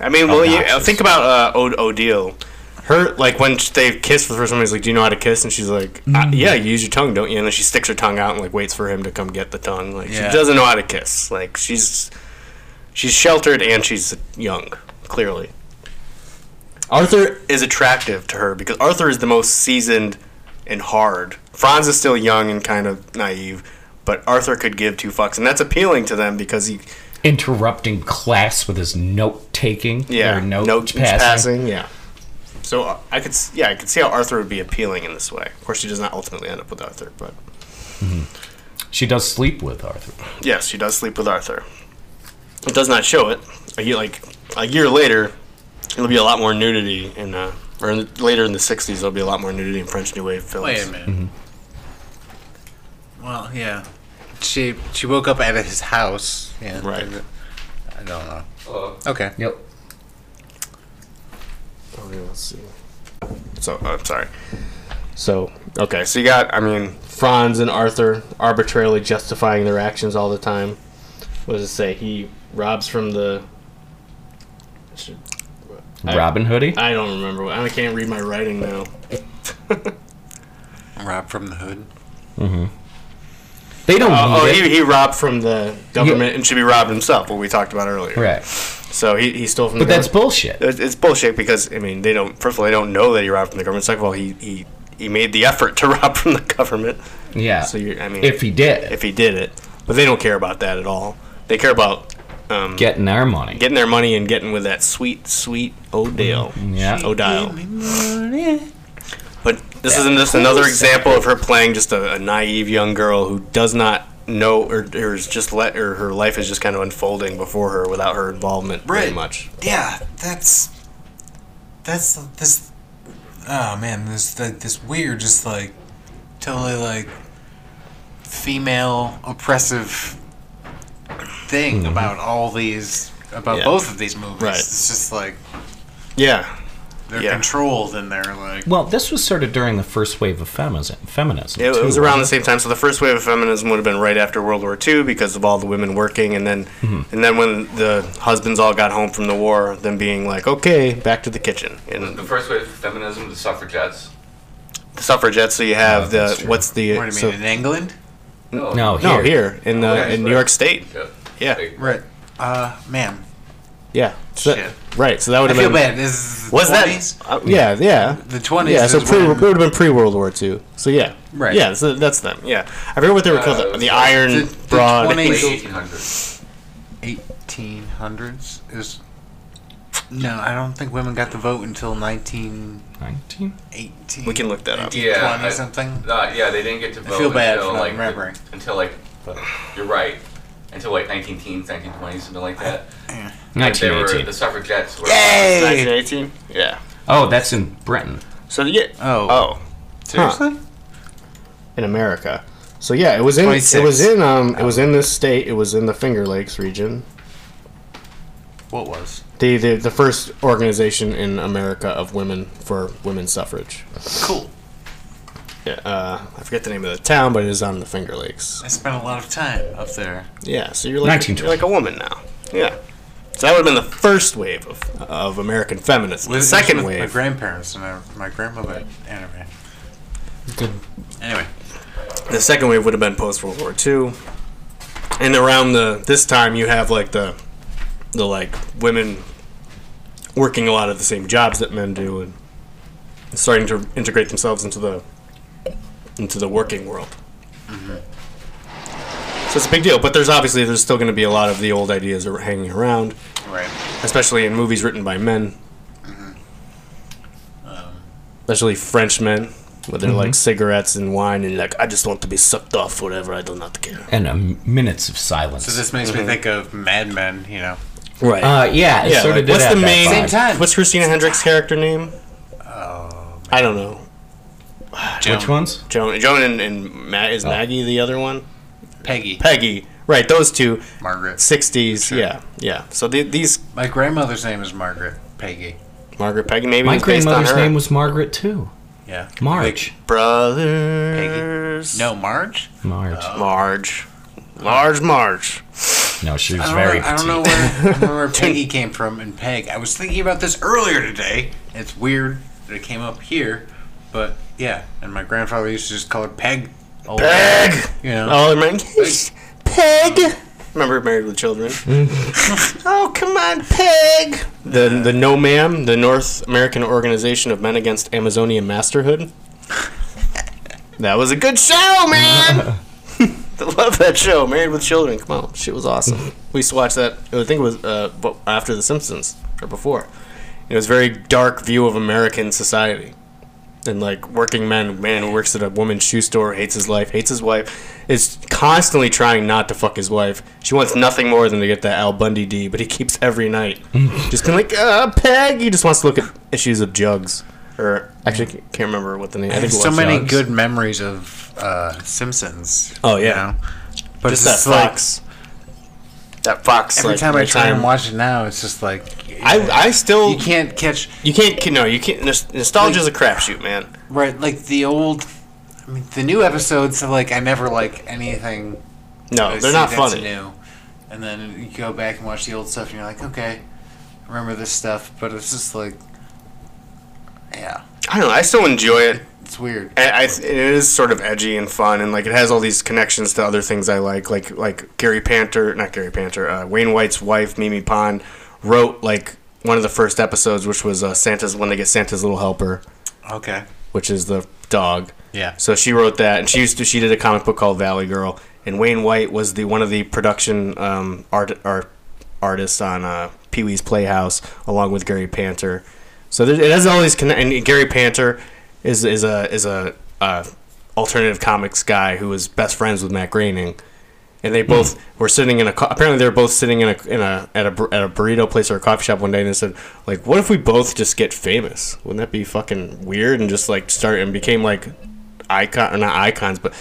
I mean, well, yeah,
Obnoxious.
think about uh, Od- Odile. Her like when sh- they kiss for the first time, he's like, "Do you know how to kiss?" And she's like, "Uh, "Yeah, you use your tongue, don't you?" And then she sticks her tongue out and like waits for him to come get the tongue. Like
Yeah.
she doesn't know how to kiss. Like she's she's sheltered and she's young, clearly. Arthur is attractive to her because Arthur is the most seasoned and hard. Franz is still young and kind of naive, but Arthur could give two fucks, and that's appealing to them because he
interrupting class with his note taking.
yeah,
or note,
note
passing.
Yeah. So uh, I could, s- yeah, I could see how Arthur would be appealing in this way. Of course, she does not ultimately end up with Arthur, but
She does sleep with Arthur.
yes, she does sleep with Arthur. It does not show it. A year, like a year later, it'll be a lot more nudity in, uh, or in, later in the '60s, there'll be a lot more nudity in French New Wave films.
Wait a minute. Mm-hmm. Well, yeah. She she woke up at his house. Yeah.
Right.
I don't know. Okay.
Yep.
Okay, let's see. So I'm sorry. So okay, so you got I mean Franz and Arthur arbitrarily justifying their actions all the time. What does it say? He robs from the. I should- I-
Robin Hoodie.
I don't remember. what- I can't read my writing now.
Rob from the hood.
They don't
Oh, oh,
need
he,
it.
he robbed from the government and should be robbed himself, what we talked about earlier.
right.
So he, he stole from
But
the
that's
government.
bullshit.
It's it's bullshit because I mean they don't. First of all, they don't know that he robbed from the government. Second of all, he he, he made the effort to rob from the government.
Yeah.
So you, I mean,
if he did.
if he did it. But they don't care about that at all. They care about um,
Getting our money.
getting their money and getting with that sweet, sweet Odell.
yeah.
Odile. But this is just another example of her playing just a, a naive young girl who does not know or, or is just let or her life is just kind of unfolding before her without her involvement very
Right.
much.
Yeah, that's
That's this. Oh man, this like this weird, just like totally like
female oppressive thing about all these about
Mm-hmm. Yeah.
both of these movies.
Right.
It's just like
Yeah.
they're
Yeah.
controlled and they're like
Well, this was sort of during the first wave of feminism. Feminism.
It, it
too,
was around the
right?
same time. So the first wave of feminism would have been right after World War II because of all the women working, and then
Mm-hmm.
and then when the husbands all got home from the war, them being like, okay, back to the kitchen. And
The first wave of feminism, the suffragettes.
the suffragettes, so you have
Oh, that's
the
true.
what's the
what do you
so-
mean in England?
No, here.
no here in uh,
Okay.
in New York State.
Yeah.
Yeah,
Right. Uh man.
yeah. So-
Shit.
Right. So that would
I
have
feel
been.
bad. This is the
Was that?
20s?
uh, yeah, yeah.
the twenties
Yeah,
is
so pre, it
when
would have been pre World War II. So yeah,
Right.
Yeah, so that's them. Yeah, I forget what they were called.
Uh,
The, the Iron
the- the
Broad.
20s
Late 1800s.
1800s is no, I don't think women got the vote until 1918.
19?
We can look that up.
1920
Yeah, I-
something.
Uh, yeah, they didn't get to vote
feel bad
until
for not
like
remembering.
until like you're right until like 19 teens, 1920s, something like that. But they were
1918.
the suffragettes. Were,
Hey.
1918. Yeah.
Oh, that's in Britain.
So yeah.
Oh.
Oh.
Seriously?
in America. So yeah, it was in it
26.
was in um it was in this state. It was in the Finger Lakes region.
What was?
The the, the first organization in America of women for women's suffrage.
Cool.
Yeah, uh, I forget the name of the town, but it is on the Finger Lakes.
I spent a lot of time up there.
Yeah, so you're like you're
1920.
like a woman now. Yeah. So that would have been the first wave of, of American feminism. The
With-
second
with My
wave.
grandparents and my, my grandmother anime. Anyway,
The second wave would have been post World War II. And around the this time you have like the the like women working a lot of the same jobs that men do and starting to integrate themselves into the into the working world. So it's a big deal, but there's obviously there's still going to be a lot of the old ideas that are hanging around,
right.
especially in movies written by men. Especially French men, with their
Mm-hmm.
like cigarettes and wine, and like I just want to be sucked off forever. I do not care.
And uh, minutes of silence.
So this makes
Mm-hmm.
me think of Mad Men. You know,
Right.
uh, yeah, it
yeah.
sort
like,
of did
what's
have
the
that
main?
vibe.
time.
What's Christina Hendricks' character name? I don't know.
Which ones?
Joan. Joan and, and Ma- is Maggie the other one?
Peggy,
Peggy. Right. Those two.
Margaret.
Sixties. Yeah. Yeah. So the, these
My grandmother's name is Margaret. Peggy.
Margaret Peggy maybe
My
was based on
grandmother's
her.
name was Margaret, too.
Yeah.
Marge.
Brothers.
No, Marge.
Marge.
uh, Marge. Large Marge.
no, she was
I don't,
very
know, I don't
petite.
know where, I don't know where Peggy came from. And Peg, I was thinking about this earlier today. It's weird that it came up here, but yeah. And my grandfather used to just call her Peg. Old
Peg.
You know.
Oh, remember? Peg. Remember Married with Children? oh, come on, Peg. The the No Ma'am, the North American Organization of Men Against Amazonian Masterhood. That was a good show, man. I love that show, Married with Children. Come on, shit was awesome. We used to watch that. I think it was uh, bu- after The Simpsons or before. It was a very dark view of American society and like working men, man who works at a woman's shoe store, hates his life, hates his wife, is constantly trying not to fuck his wife. She wants nothing more than to get that Al Bundy D, but he keeps every night just being like, uh, Peg. He just wants to look at issues of jugs, or actually, I can't remember what the name. I,
I
think
have
it was
so many
Jugs.
good memories of uh, Simpsons.
Oh,
you
yeah.
know? but it's
Just that
just like,
Fox. that Fox.
every
like,
time I
every
try and watch it now, it's just like
I, I still
you can't catch
you can't no you can't nos- nostalgia's a crapshoot man
right like the old. I mean, the new episodes are like I never like anything.
no
I
they're
see
not
that's
funny
New, and then you go back and watch the old stuff, and you're like, okay, I remember this stuff, but it's just like, yeah,
I don't know I still enjoy it
it's weird.
I, I, th- it is sort of edgy and fun, and like it has all these connections to other things I like, like like Gary Panter, not Gary Panter, uh, Wayne White's wife Mimi Pond wrote like one of the first episodes, which was uh, Santa's when they get Santa's little helper,
Okay,
which is the dog.
yeah,
So she wrote that, and she used to she did a comic book called Valley Girl, and Wayne White was the one of the production um, art, art artists on uh, Pee Wee's Playhouse, along with Gary Panter. So there, it has all these connect. And Gary Panter is is a is a uh, alternative comics guy who was best friends with Matt Groening, and they both were sitting in a. co- Apparently, they were both sitting in a in a at a bur- at a burrito place or a coffee shop one day, and they said, like, "What if we both just get famous? Wouldn't that be fucking weird?" And just like start and became like icon or not icons, but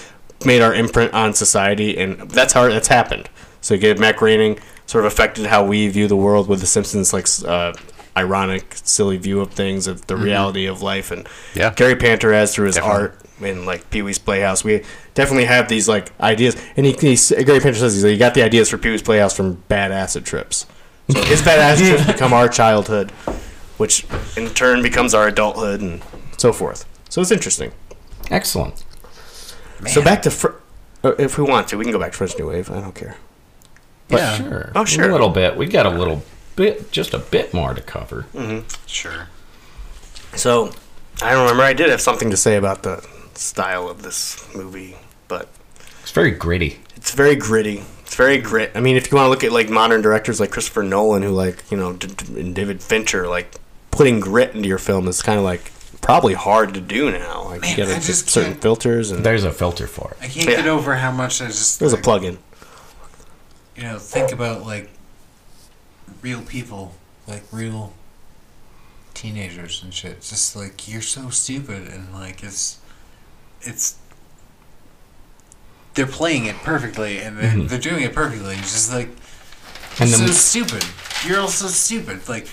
made our imprint on society, and that's how that's happened. So you get Matt Groening sort of affected how we view the world with The Simpsons, like s- uh, ironic, silly view of things, of the reality of life, and
Mm-hmm. Yeah.
Gary Panter has through his
Definitely.
art and like Pee Wee's Playhouse. We definitely have these like ideas, and he, he Gary Panter says he's like, he got the ideas for Pee Wee's Playhouse from bad acid trips. So his bad acid trips become our childhood, which in turn becomes our adulthood, and so forth. So it's interesting.
Excellent.
So back to fr- uh, if we want to, we can go back to French New Wave. I don't care.
yeah.
Sure.
Oh, sure.
A little bit. We got a little bit, just a bit more to cover.
Sure.
So I remember I did have something to say about the style of this movie, but
It's very gritty.
it's very gritty. It's very grit. I mean, if you want to look at like modern directors like Christopher Nolan, who like you know, d- d- and David Fincher, like putting grit into your film is kind of like probably hard to do now. Like
Man,
you
I
gotta
just
just certain
can't-
filters and
There's a filter for it.
I can't
Yeah.
get over how much I just
there's a
like,
plug-in.
you know think about like real people, like real teenagers and shit. It's just like you're so stupid and like it's it's they're playing it perfectly and they're, they're doing it perfectly. It's just like
And
so
then
stupid. You're all so stupid. Like,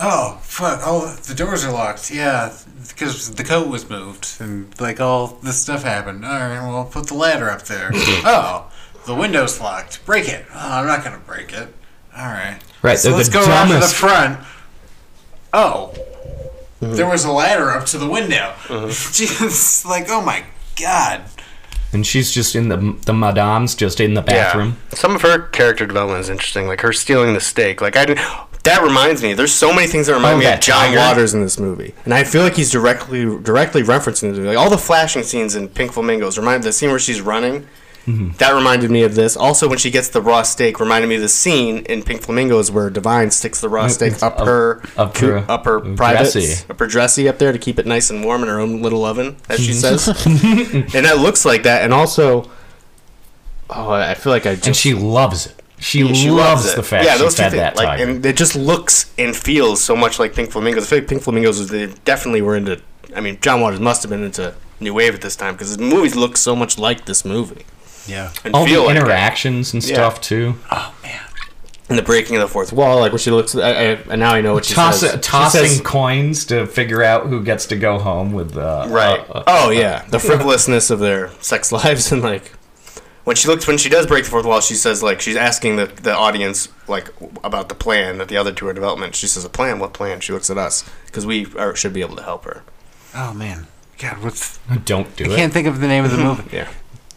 oh fuck! Oh, the doors are locked. Yeah, because the coat was moved, and like all this stuff happened. All right, well, put the ladder up there. oh, the window's locked. Break it. Oh, I'm not gonna break it. All right.
Right,
So
they're
let's
the
go around to the
dumbest-
front. Oh,
Mm-hmm.
there was a ladder up to the window. Just like, oh my god.
and she's just in the the madame's just in the bathroom.
Some of her character development is interesting, like her stealing the steak. Like I didn't. That reminds me. There's so many things that remind
Oh,
me of
that
John
tiger.
Waters in this movie, and I feel like he's directly directly referencing this movie. Like all the flashing scenes in Pink Flamingos remind the scene where she's running.
Mm-hmm.
That reminded me of this. Also, when she gets the raw steak, reminded me of the scene in Pink Flamingos where Divine sticks the raw steak up
Mm, up-
her
up
coo-
her-
up her
dressy.
privates, up her dressy up there to keep it nice and warm in her own little oven, as
Mm-hmm.
she says. and that looks like that. And also, oh, I I feel like I just
And she loves it. She,
yeah, she
loves, the fact
yeah,
she
those two
fed
things,
that
like,
tiger.
and it just looks and feels so much like Pink Flamingos. I feel like Pink Flamingos was- they definitely were into. I mean, John Waters must have been into new wave at this time because the movies look so much like this movie
Yeah.
and
All
feel
the
like it.
interactions and
Yeah.
stuff too.
Oh,
and the breaking of the fourth wall, like where she looks. I, I, and now I know what she
Toss,
says. She
tossing
says-
coins to figure out who gets to go home with uh,
Right.
uh, uh,
oh yeah, the frivolousness of their sex lives and like when she looks when she does break the fourth wall, she says like she's asking the the audience like w- about the plan that the other two are developing. She says a plan, what plan? She looks at us because we are, should be able to help her.
Oh man. God, what's
don't do
I
it.
can't think of the name of the movie.
Yeah.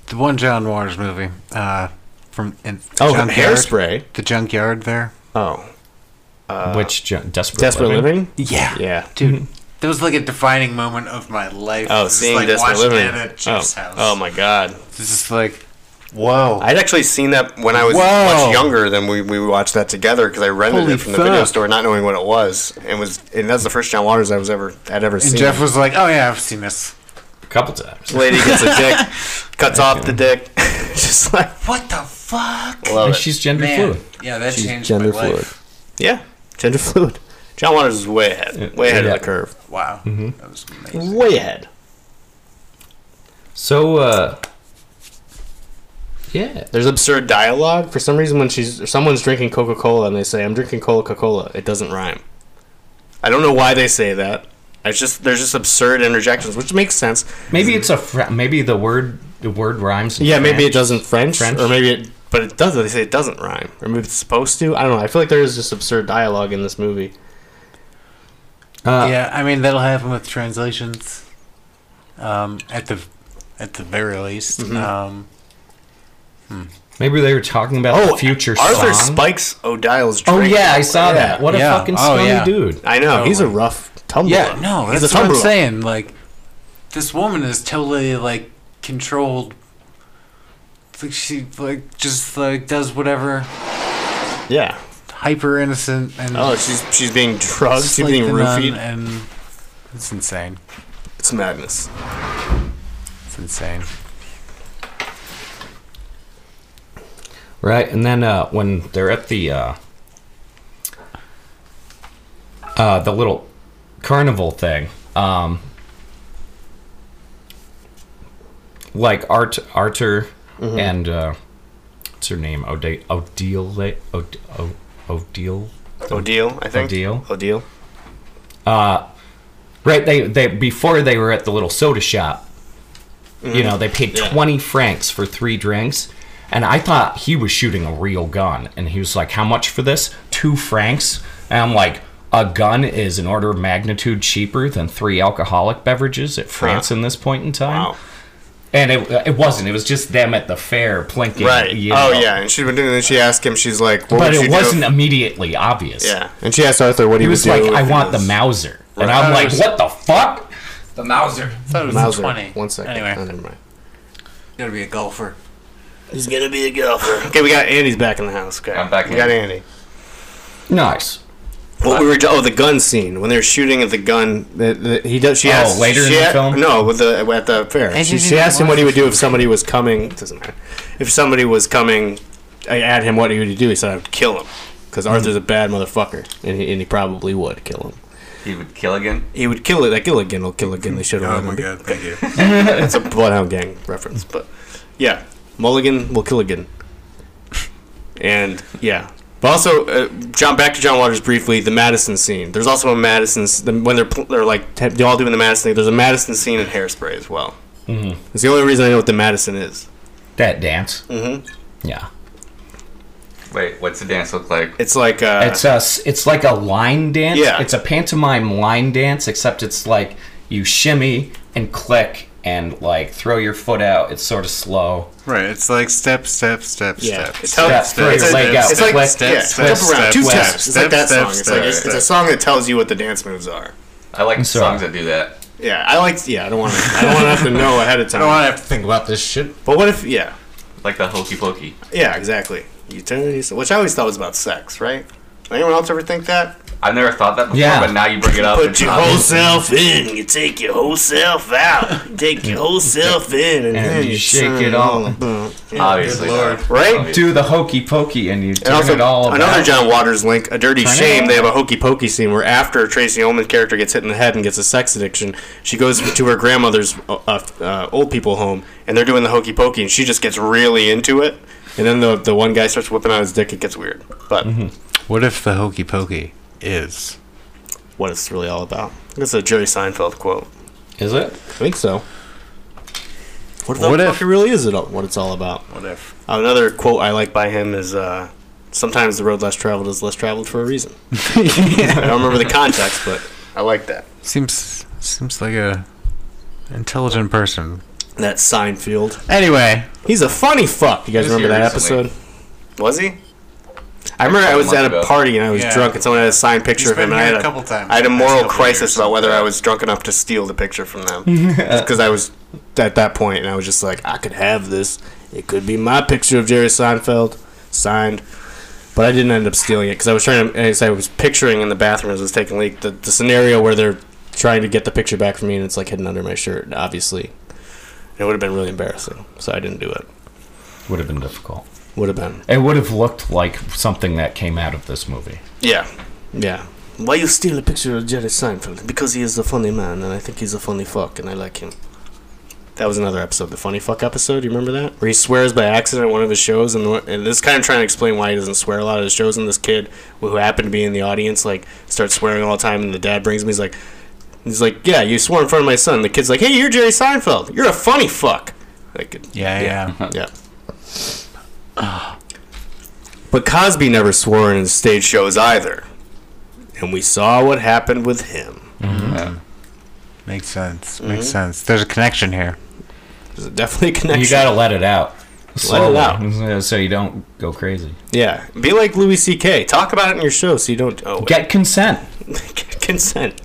The one John Waters movie. Uh, from in
Oh,
Junkyard.
hairspray.
The junkyard there.
Oh,
Which ju- desperate,
desperate
living. Mm-hmm.
living.
Yeah.
Yeah.
Dude, that was like a defining moment of my life.
Oh,
This is
seeing
like
desperate
watching
living.
it at
oh.
Jeff's house.
oh my god.
This is like, whoa.
I'd actually seen that when I was
Whoa.
much younger than we, we watched that together because I rented
Holy
it from the video
fuck.
store, not knowing what it was. It was, and that's the first John Waters I was ever I'd ever
and
seen.
Jeff was like, oh yeah, I've seen this.
A couple times.
lady gets a dick, cuts off the dick, just like
What the fuck?
love
And
it.
she's gender fluid.
Yeah, that changed
gender
my life.
fluid.
Yeah, gender fluid. John Waters is way ahead, way ahead of the curve,
Wow. That was amazing.
way ahead.
So, uh, yeah,
There's absurd dialogue for some reason when she's someone's drinking Coca Cola and they say I'm drinking Coca Cola. It doesn't rhyme. I don't know why they say that. It's just there's just absurd interjections, which makes sense.
maybe it's a fr- maybe the word the word rhymes. in
Yeah, maybe it
French.
doesn't French,
French?
or maybe it, but it does. They say it doesn't rhyme, or maybe it's supposed to. I don't know. I feel like there is just absurd dialogue in this movie.
yeah, I mean that'll happen with translations. Um, at the at the very least.
Mm-hmm.
Um,
Maybe they were talking about
Oh,
the future
Arthur
song.
Spikes O'Dial's.
oh
drink.
yeah, I saw that. What a
Yeah.
fucking
Oh,
scummy
yeah.
dude.
I know he's a rough tumbler.
yeah, no,
he's
that's
a
what I'm
tumbler.
saying. Like, this woman is totally like controlled
Like she like just like does whatever
Yeah.
hyper innocent and
Oh, she's she's being drugged.
just
She's
like
being
the nun
roofied.
and it's insane.
It's madness.
It's insane.
Right, and then uh, when they're at the uh, uh, the little carnival thing, um, like Art Arthur and uh, what's her name? Ode- Odile Ode- O- Odile.
Odile, I think.
Odile?
Odile.
Right, they they before they were at the little soda shop. You know, they paid
Mm-hmm. Yeah.
20 francs for 3 drinks, and I thought he was shooting a real gun and he was like, "How much for this? 2 francs?" And I'm like, "A gun is an order of magnitude cheaper than 3 alcoholic beverages at France in this point in time."
Wow.
And it, it wasn't. It was just them at the fair plinking.
Right.
you
oh
know.
yeah. And she and then she asked him. She's like, "What
But
would you
it
do
wasn't
if-
immediately obvious.
yeah. And she asked Arthur what he,
He was
would
like,
do
"I
if he
want the
was-
Mauser." And I'm like, "What the fuck?"
The Mauser.
I thought it was
Mauser.
twenty.
One second.
Anyway.
Oh, never mind.
Gotta be a golfer.
He's gonna be a golfer. Okay, we got Andy's back in the house. Okay,
I'm back
We
in.
got Andy.
Nice.
What we were oh the gun scene when they were shooting at the gun that that he does she
Oh,
asked
later in
she
the
a-
film?
no with the at the fair
And
she,
you
she
didn't
asked him what
watch
he would do if somebody was coming doesn't matter if somebody was coming I asked him what he would do he said I would kill him because Arthur's a bad motherfucker and he, and he probably would kill him
He would kill again.
he would kill it that kill again will kill again they should
Oh
have
my god, thank you.
it's a Bloodhound Gang reference but yeah Mulligan will kill again and yeah. But also, uh, John. Back to John Waters briefly. The Madison scene. There's also a Madison s- the, when they're pl- they're like t- they're all doing the Madison. thing, There's a Madison scene in Hairspray as well. Mm-hmm. It's the only reason I know what the Madison is.
That dance.
Mm-hmm.
Yeah.
Wait, what's the dance look like?
It's like uh,
It's a, s- it's like a line dance.
Yeah.
It's a pantomime line dance, except it's like you shimmy and click and like throw your foot out. It's sort of slow.
Right, it's like step, step, step,
yeah.
step.
Oh, It's how
Step, throw your
it's,
leg out.
it's like
Step,
yeah,
step,
jump around
step,
two
step,
steps. It's like
step,
that
step,
song. It's like it's,
step.
it's a song that tells you what the dance moves are.
I like
sorry.
songs that do that.
Yeah, I like. Yeah, I don't want to. I don't want to have to know ahead of
I don't
time.
want to have to think about this shit.
But what if? Yeah,
Like the hokey pokey.
yeah, exactly. Eternity, which I always thought was about sex, right? Anyone else ever think that?
I've never thought that before,
Yeah.
but now you bring it up.
Put
it's
your
obvious.
whole self in. You take your whole self out. You take your whole self in, and, then
you
you
shake
turn
it all Oh,
about.
Obviously.
Right?
Do the hokey pokey and you turn
And also,
it all about.
another John Waters link, A Dirty
Turn it
Shame,
all
they have a hokey pokey scene where after Tracy Ullman's character gets hit in the head and gets a sex addiction, she goes to her grandmother's uh, uh, old people home, and they're doing the hokey pokey, and she just gets really into it. And then the, the one guy starts whipping out his dick, it gets weird. But
What if the hokey pokey is?
what it's really all about. That's a Jerry Seinfeld quote.
Is it?
I think so. What if
What
the
if-
fuck it really is it all, what it's all about?
What if?
Another quote I like by him is uh, sometimes the road less traveled is less traveled for a reason. I don't remember the context, but I like that.
Seems seems like a intelligent person.
That Seinfeld.
Anyway,
He's a funny fuck. You guys
He was
remember
here
that
recently.
episode? Was he? I remember I was
months
at a
ago.
party and I was
Yeah.
drunk and someone had a signed picture
He's
of him
been
and I
here
had
a couple times.
I had a
in the
moral
past couple
crisis
years.
about whether I was drunk enough to steal the picture from them because I was at that point and I was just like, I could have this. It could be my picture of Jerry Seinfeld signed, but I didn't end up stealing it because I was trying to. As I was picturing in the bathroom as I was taking a leak the, the scenario where they're trying to get the picture back from me and it's like hidden under my shirt. and Obviously, it would have been really embarrassing, so I didn't do it.
Would have been difficult.
Would have been.
It would have looked like something that came out of this movie.
Yeah. Yeah. Why you steal a picture of Jerry Seinfeld? Because he is a funny man, and I think he's a funny fuck, and I like him. That was another episode, the funny fuck episode. You remember that? Where he swears by accident at one of his shows, and, the- and this is kind of trying to explain why he doesn't swear a lot at his shows. And this kid who happened to be in the audience, like, starts swearing all the time, and the dad brings him. He's like, he's like, yeah, you swore in front of my son. The kid's like, hey, you're Jerry Seinfeld. You're a funny fuck. Like,
yeah, yeah.
yeah. But Cosby never swore in his stage shows either. And we saw what happened with him.
Makes sense.
Mm-hmm.
Makes sense. There's a connection here.
There's definitely a connection.
You gotta let it out.
Let it out.
out. So you don't go crazy.
yeah. Be like Louis C.K. Talk about it in your show so you don't. Oh, wait.
Get consent.
consent.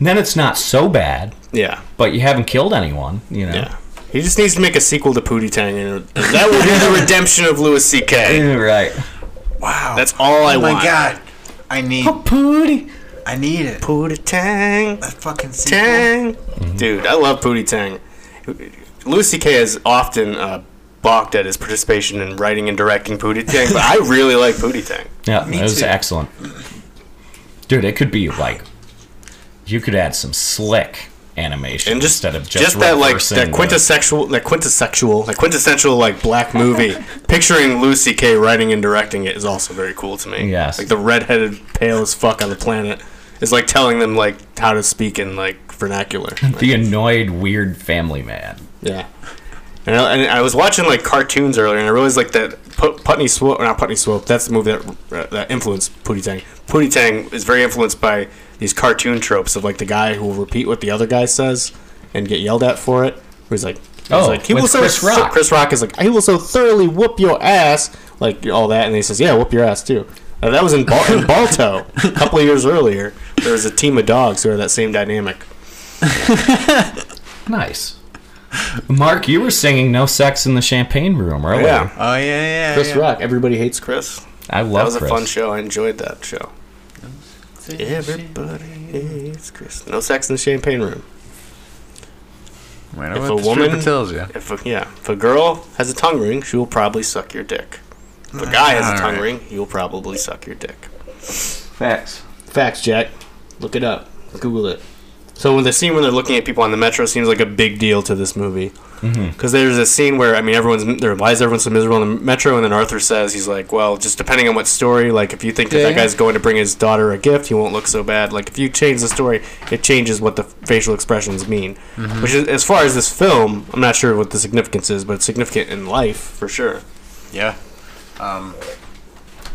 Then it's not so bad,
Yeah.
but you haven't killed anyone, you know.
Yeah. He just needs to make a sequel to Pootie Tang, and that will be the redemption of Louis C.K.
right.
Wow.
That's all I
oh
want.
my god. I need
Pootie,
I need it.
Pootie Tang,
That fucking sequel.
Tang. Mm-hmm. Dude, I love Pootie Tang. Louis C.K. has often uh, balked at his participation in writing and directing Pootie Tang, but I really like Pootie Tang.
Yeah, it was
too.
excellent. Dude, it could be like you could add some slick animation
and just
instead of just,
just, that like
reversing
that
the-
quintessential that quintessential that quintessential like black movie picturing Lucy K writing and directing it is also very cool to me.
Yes.
like the redheaded pale as fuck on the planet is like telling them like how to speak in like vernacular.
the annoyed weird family man.
yeah. And I, and I was watching like cartoons earlier, and I realized like that Put- Putney Swope, not Putney Swope. That's the movie that uh, that influenced Pootie Tang. Pootie Tang is very influenced by these cartoon tropes of like the guy who will repeat what the other guy says and get yelled at for it. Where he's like,
Oh,
he's like, he
with
will so
Chris
so-
Rock.
Chris Rock is like, he will so thoroughly whoop your ass, like all that, and he says, yeah, whoop your ass too. Now, that was in, Bal- in Balto a couple of years earlier. There was a team of dogs who had that same dynamic.
Nice. Mark, you were singing "No Sex in the Champagne Room" earlier.
Yeah,
Oh yeah, yeah.
Chris
yeah.
Rock. Everybody hates Chris.
I love
That was a
Chris.
fun show. I enjoyed that show. Everybody hates Chris. No sex in the champagne room.
Well,
If
what
a
the stripper
woman-
tells you.
If a, yeah, if a girl has a tongue ring, she will probably suck your dick. If a guy has a tongue ring, he will probably suck your dick.
Facts.
Facts, Jack. Look it up. Google it. So when the scene when they're looking at people on the metro seems like a big deal to this movie, because there's a scene where I mean everyone's there. Why is everyone so miserable in the metro? And then Arthur says he's like, well, just depending on what story. Like if you think that
Yeah,
that
yeah.
guy's going to bring his daughter a gift, he won't look so bad. Like if you change the story, it changes what the facial expressions mean. Which is as far as this film, I'm not sure what the significance is, but it's significant in life for sure.
Yeah.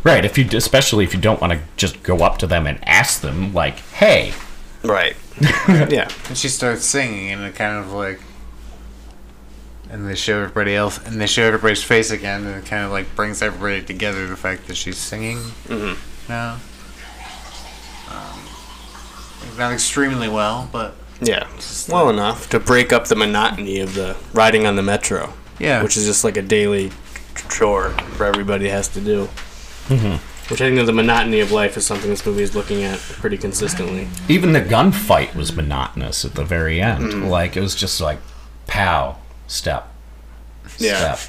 Right. If you, especially if you don't want to just go up to them and ask them, like, "Hey,
Right. yeah.
And she starts singing and it kind of like and they show everybody else and they show everybody's face again and it kind of like brings everybody together the fact that she's singing
Mm-hmm.
now. Um, not extremely well, but
Yeah, well enough to break up the monotony of the riding on the metro.
Yeah.
which is just like a daily chore for everybody has to do.
Mm-hmm.
Which I think that the monotony of life is something this movie is looking at pretty consistently.
even the gunfight was monotonous at the very end. Like it was just like, pow, step, step,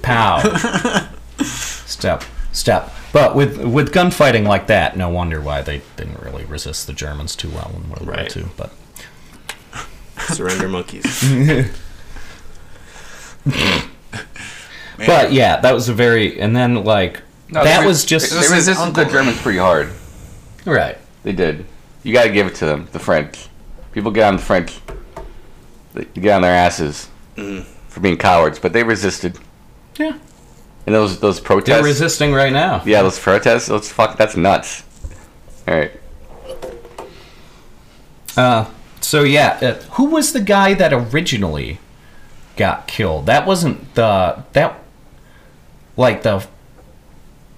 pow, step, step. But with with gunfighting like that, no wonder why they didn't really resist the Germans too well in World
Right.
War II. But
surrender monkeys.
but yeah, that was a very and then like
No,
that
they-
was just
they, they resisted the Germans pretty hard.
right.
They did. You got to give it to them. The French. People get on the French. They they get on their asses for being cowards, but they resisted.
Yeah,
And those those protests.
they're resisting right now.
yeah, those protests. Those fuck. That's nuts. All right.
Uh, so yeah, uh, who was the guy that originally got killed? That wasn't the that like the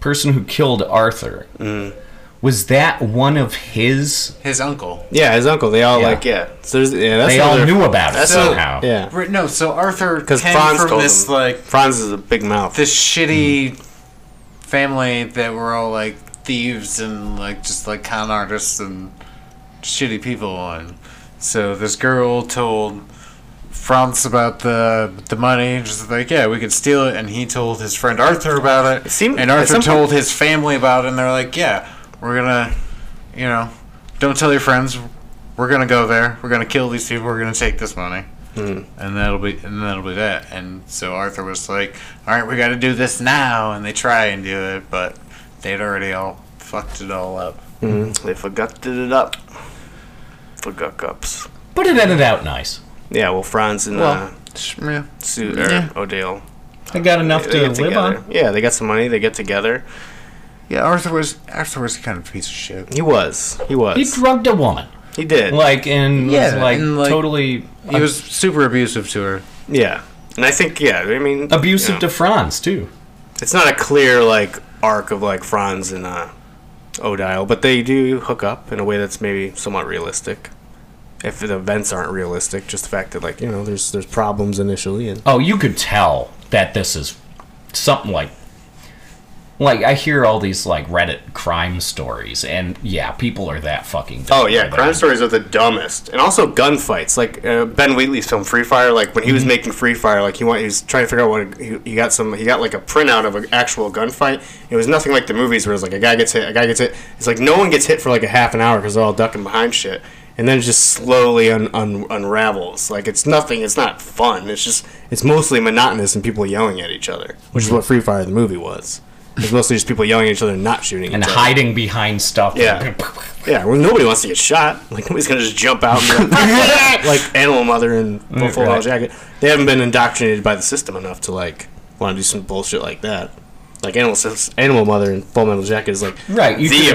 person who killed Arthur.
Mm.
Was that one of his?
his uncle.
yeah, his uncle. They all
Yeah.
like yeah. So there's, yeah that's
they all
another-
knew about it
that's
somehow.
another- yeah,
Right, no, so Arthur
because
came
Franz
from
told
this
him.
like
Franz is a big mouth.
this shitty family that were all like thieves and like just like con artists and shitty people and so this girl told Franz about the the money, just like yeah, we could steal it, and he told his friend Arthur about it,
seemed-
and
at
Arthur
some point-
told his family about it, and they're like yeah, we're gonna, you know, don't tell your friends, we're gonna go there, we're gonna kill these people, we're gonna take this money and that'll be and that'll be that. And so Arthur was like, "All right, we got to do this now," and they try and do it, but they'd already all fucked it all up.
They forgot it up. Forgot cups.
But it ended out nice.
Yeah, well, Franz and uh,
Yeah.
Sue or Odile.
They got enough
they
to
get
live
together.
on.
Yeah, they got some money. They get together.
Yeah, Arthur was Arthur was kind of a piece of shit.
He was. He was.
He drugged a woman,
He did.
like and was
Yeah,
like,
and, like,
totally
He was super abusive to her.
yeah. And I think, yeah, I mean,
abusive
you know,
to Franz too.
it's not a clear like arc of like Franz and uh, Odile, but they do hook up in a way that's maybe somewhat realistic. if the events aren't realistic, just the fact that like you know there's there's problems initially and
Oh, you could tell that this is something like like I hear all these like Reddit crime stories and yeah, people are that fucking dumb
Oh yeah,
where they-
crime stories are the dumbest, and also gunfights. Like uh, Ben Wheatley's film Free Fire. Like when he was making Free Fire, like he, want, he was trying to figure out what he, he got some. He got like a printout of an actual gunfight. It was nothing like the movies where it's like a guy gets hit, a guy gets hit. It's like no one gets hit for like a half an hour because they're all ducking behind shit, and then it just slowly un, un, unravels. Like it's nothing. It's not fun. It's just it's mostly monotonous and people yelling at each other, which is what Free Fire the movie was. It's mostly just people yelling at each other and not shooting.
and
each other.
hiding behind stuff.
Yeah. Yeah, well, nobody wants to get shot. Like nobody's gonna just jump out and be like, like Animal Mother and Buffalo
Mm, Right.
Jacket. They haven't been indoctrinated by the system enough to like want to do some bullshit like that. Like Animal Sis- Animal Mother and Full Metal Jacket is like
Right, you
the
could-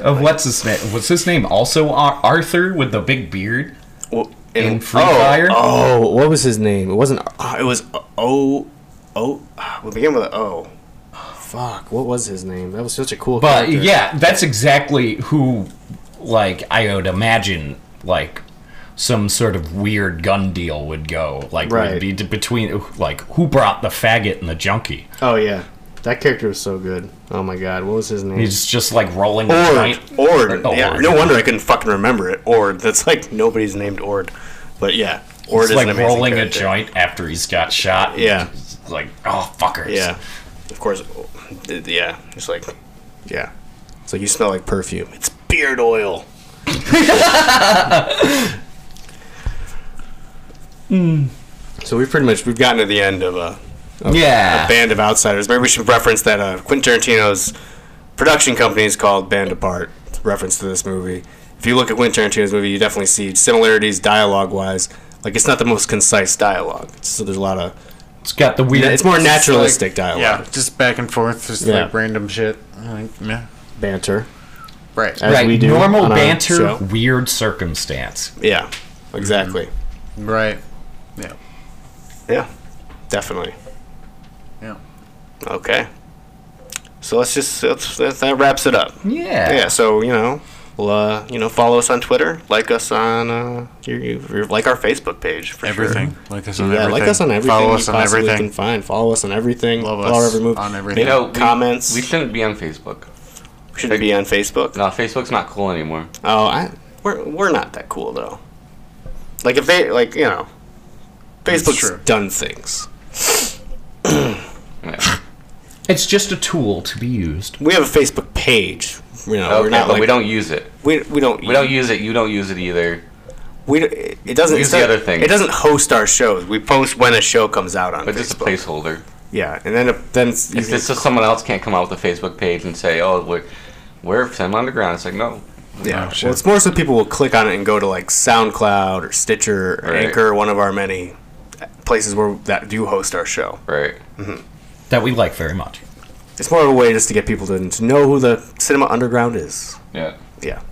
Of what's his name? Was his name also Ar- Arthur with the big beard?
Well,
in Free
oh,
Fire?
Oh, what was his name? It wasn't. Uh, it was O O. Uh, we began with an O. Fuck, what was his name? That was such a cool.
But
character.
yeah, that's exactly who, like, I would imagine, like, some sort of weird gun deal would go. Like,
Right.
would be d- between, like, who brought the faggot and the junkie?
Oh yeah, that character was so good. Oh my god, what was his name?
He's just, like, rolling the
Ord.
joint.
Ord.
Oh,
yeah.
Ord.
No wonder I couldn't fucking remember it. Ord. That's like nobody's named Ord. But yeah. Ord
It's
is an
like
amazing
rolling
character.
a joint after he's got shot.
Yeah.
It's Like, oh, fuckers.
Yeah. Of course. Yeah. It's like, yeah. It's like you smell like perfume. It's beard oil. So we've pretty much we've gotten to the end of uh,
Yeah.
Band of Outsiders. Maybe we should reference that uh, Quentin Tarantino's production company is called Band Apart. Reference to this movie. If you look at Quentin Tarantino's movie, you definitely see similarities dialogue-wise. Like it's not the most concise dialogue. So there's a lot of
It's got the weird.
it's more naturalistic dialogue.
Yeah, just back and forth, just
Yeah.
like random shit. Like, meh.
Banter.
Right.
as
right,
we do
normal
on our
banter,
show.
weird circumstance.
Yeah. Exactly.
Right. Yeah.
Yeah. Definitely.
Yeah.
Okay. So let's just let's, that, that wraps it up.
Yeah.
yeah so you know well, uh, you know follow us on twitter like us on uh, your, your, like our facebook page for
Everything.
sure.
Like us
yeah
on everything.
like us on everything
Follow
you
us on
possibly
everything.
can find follow us on everything
Love
follow
us
every move
on everything.
You
Make
know, we-
comments
We
we
shouldn't be on Facebook.
should be on facebook
No, Facebook's not cool anymore.
oh I, we're, we're not that cool though like if they like you know
true.
facebook's done things
It's just a tool to be used.
we have a facebook page you know
Okay,
we're not
but
like
we don't use it.
we, we don't
We don't use it. You don't use it either.
we don't- it it doesn't
We use
it's
the
not-
other thing.
it doesn't host our shows we post when a show comes out on
But
facebook
just a placeholder.
yeah and then it- then it's, you
It's
can-
just so someone else can't come out with a Facebook page and say, "Oh, we're we're Sam Underground." It's like, no,
Yeah,
Oh, shit.
well, it's more so people will click on it and go to like SoundCloud or Stitcher or
Right.
Anchor, one of our many places where that do host our show.
right?
That we like very much.
It's more of a way just to get people to, to know who the Cinema Underground is.
Yeah.
Yeah.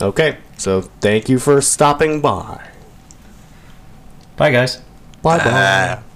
Okay, so thank you for stopping by.
Bye, guys.
Bye bye.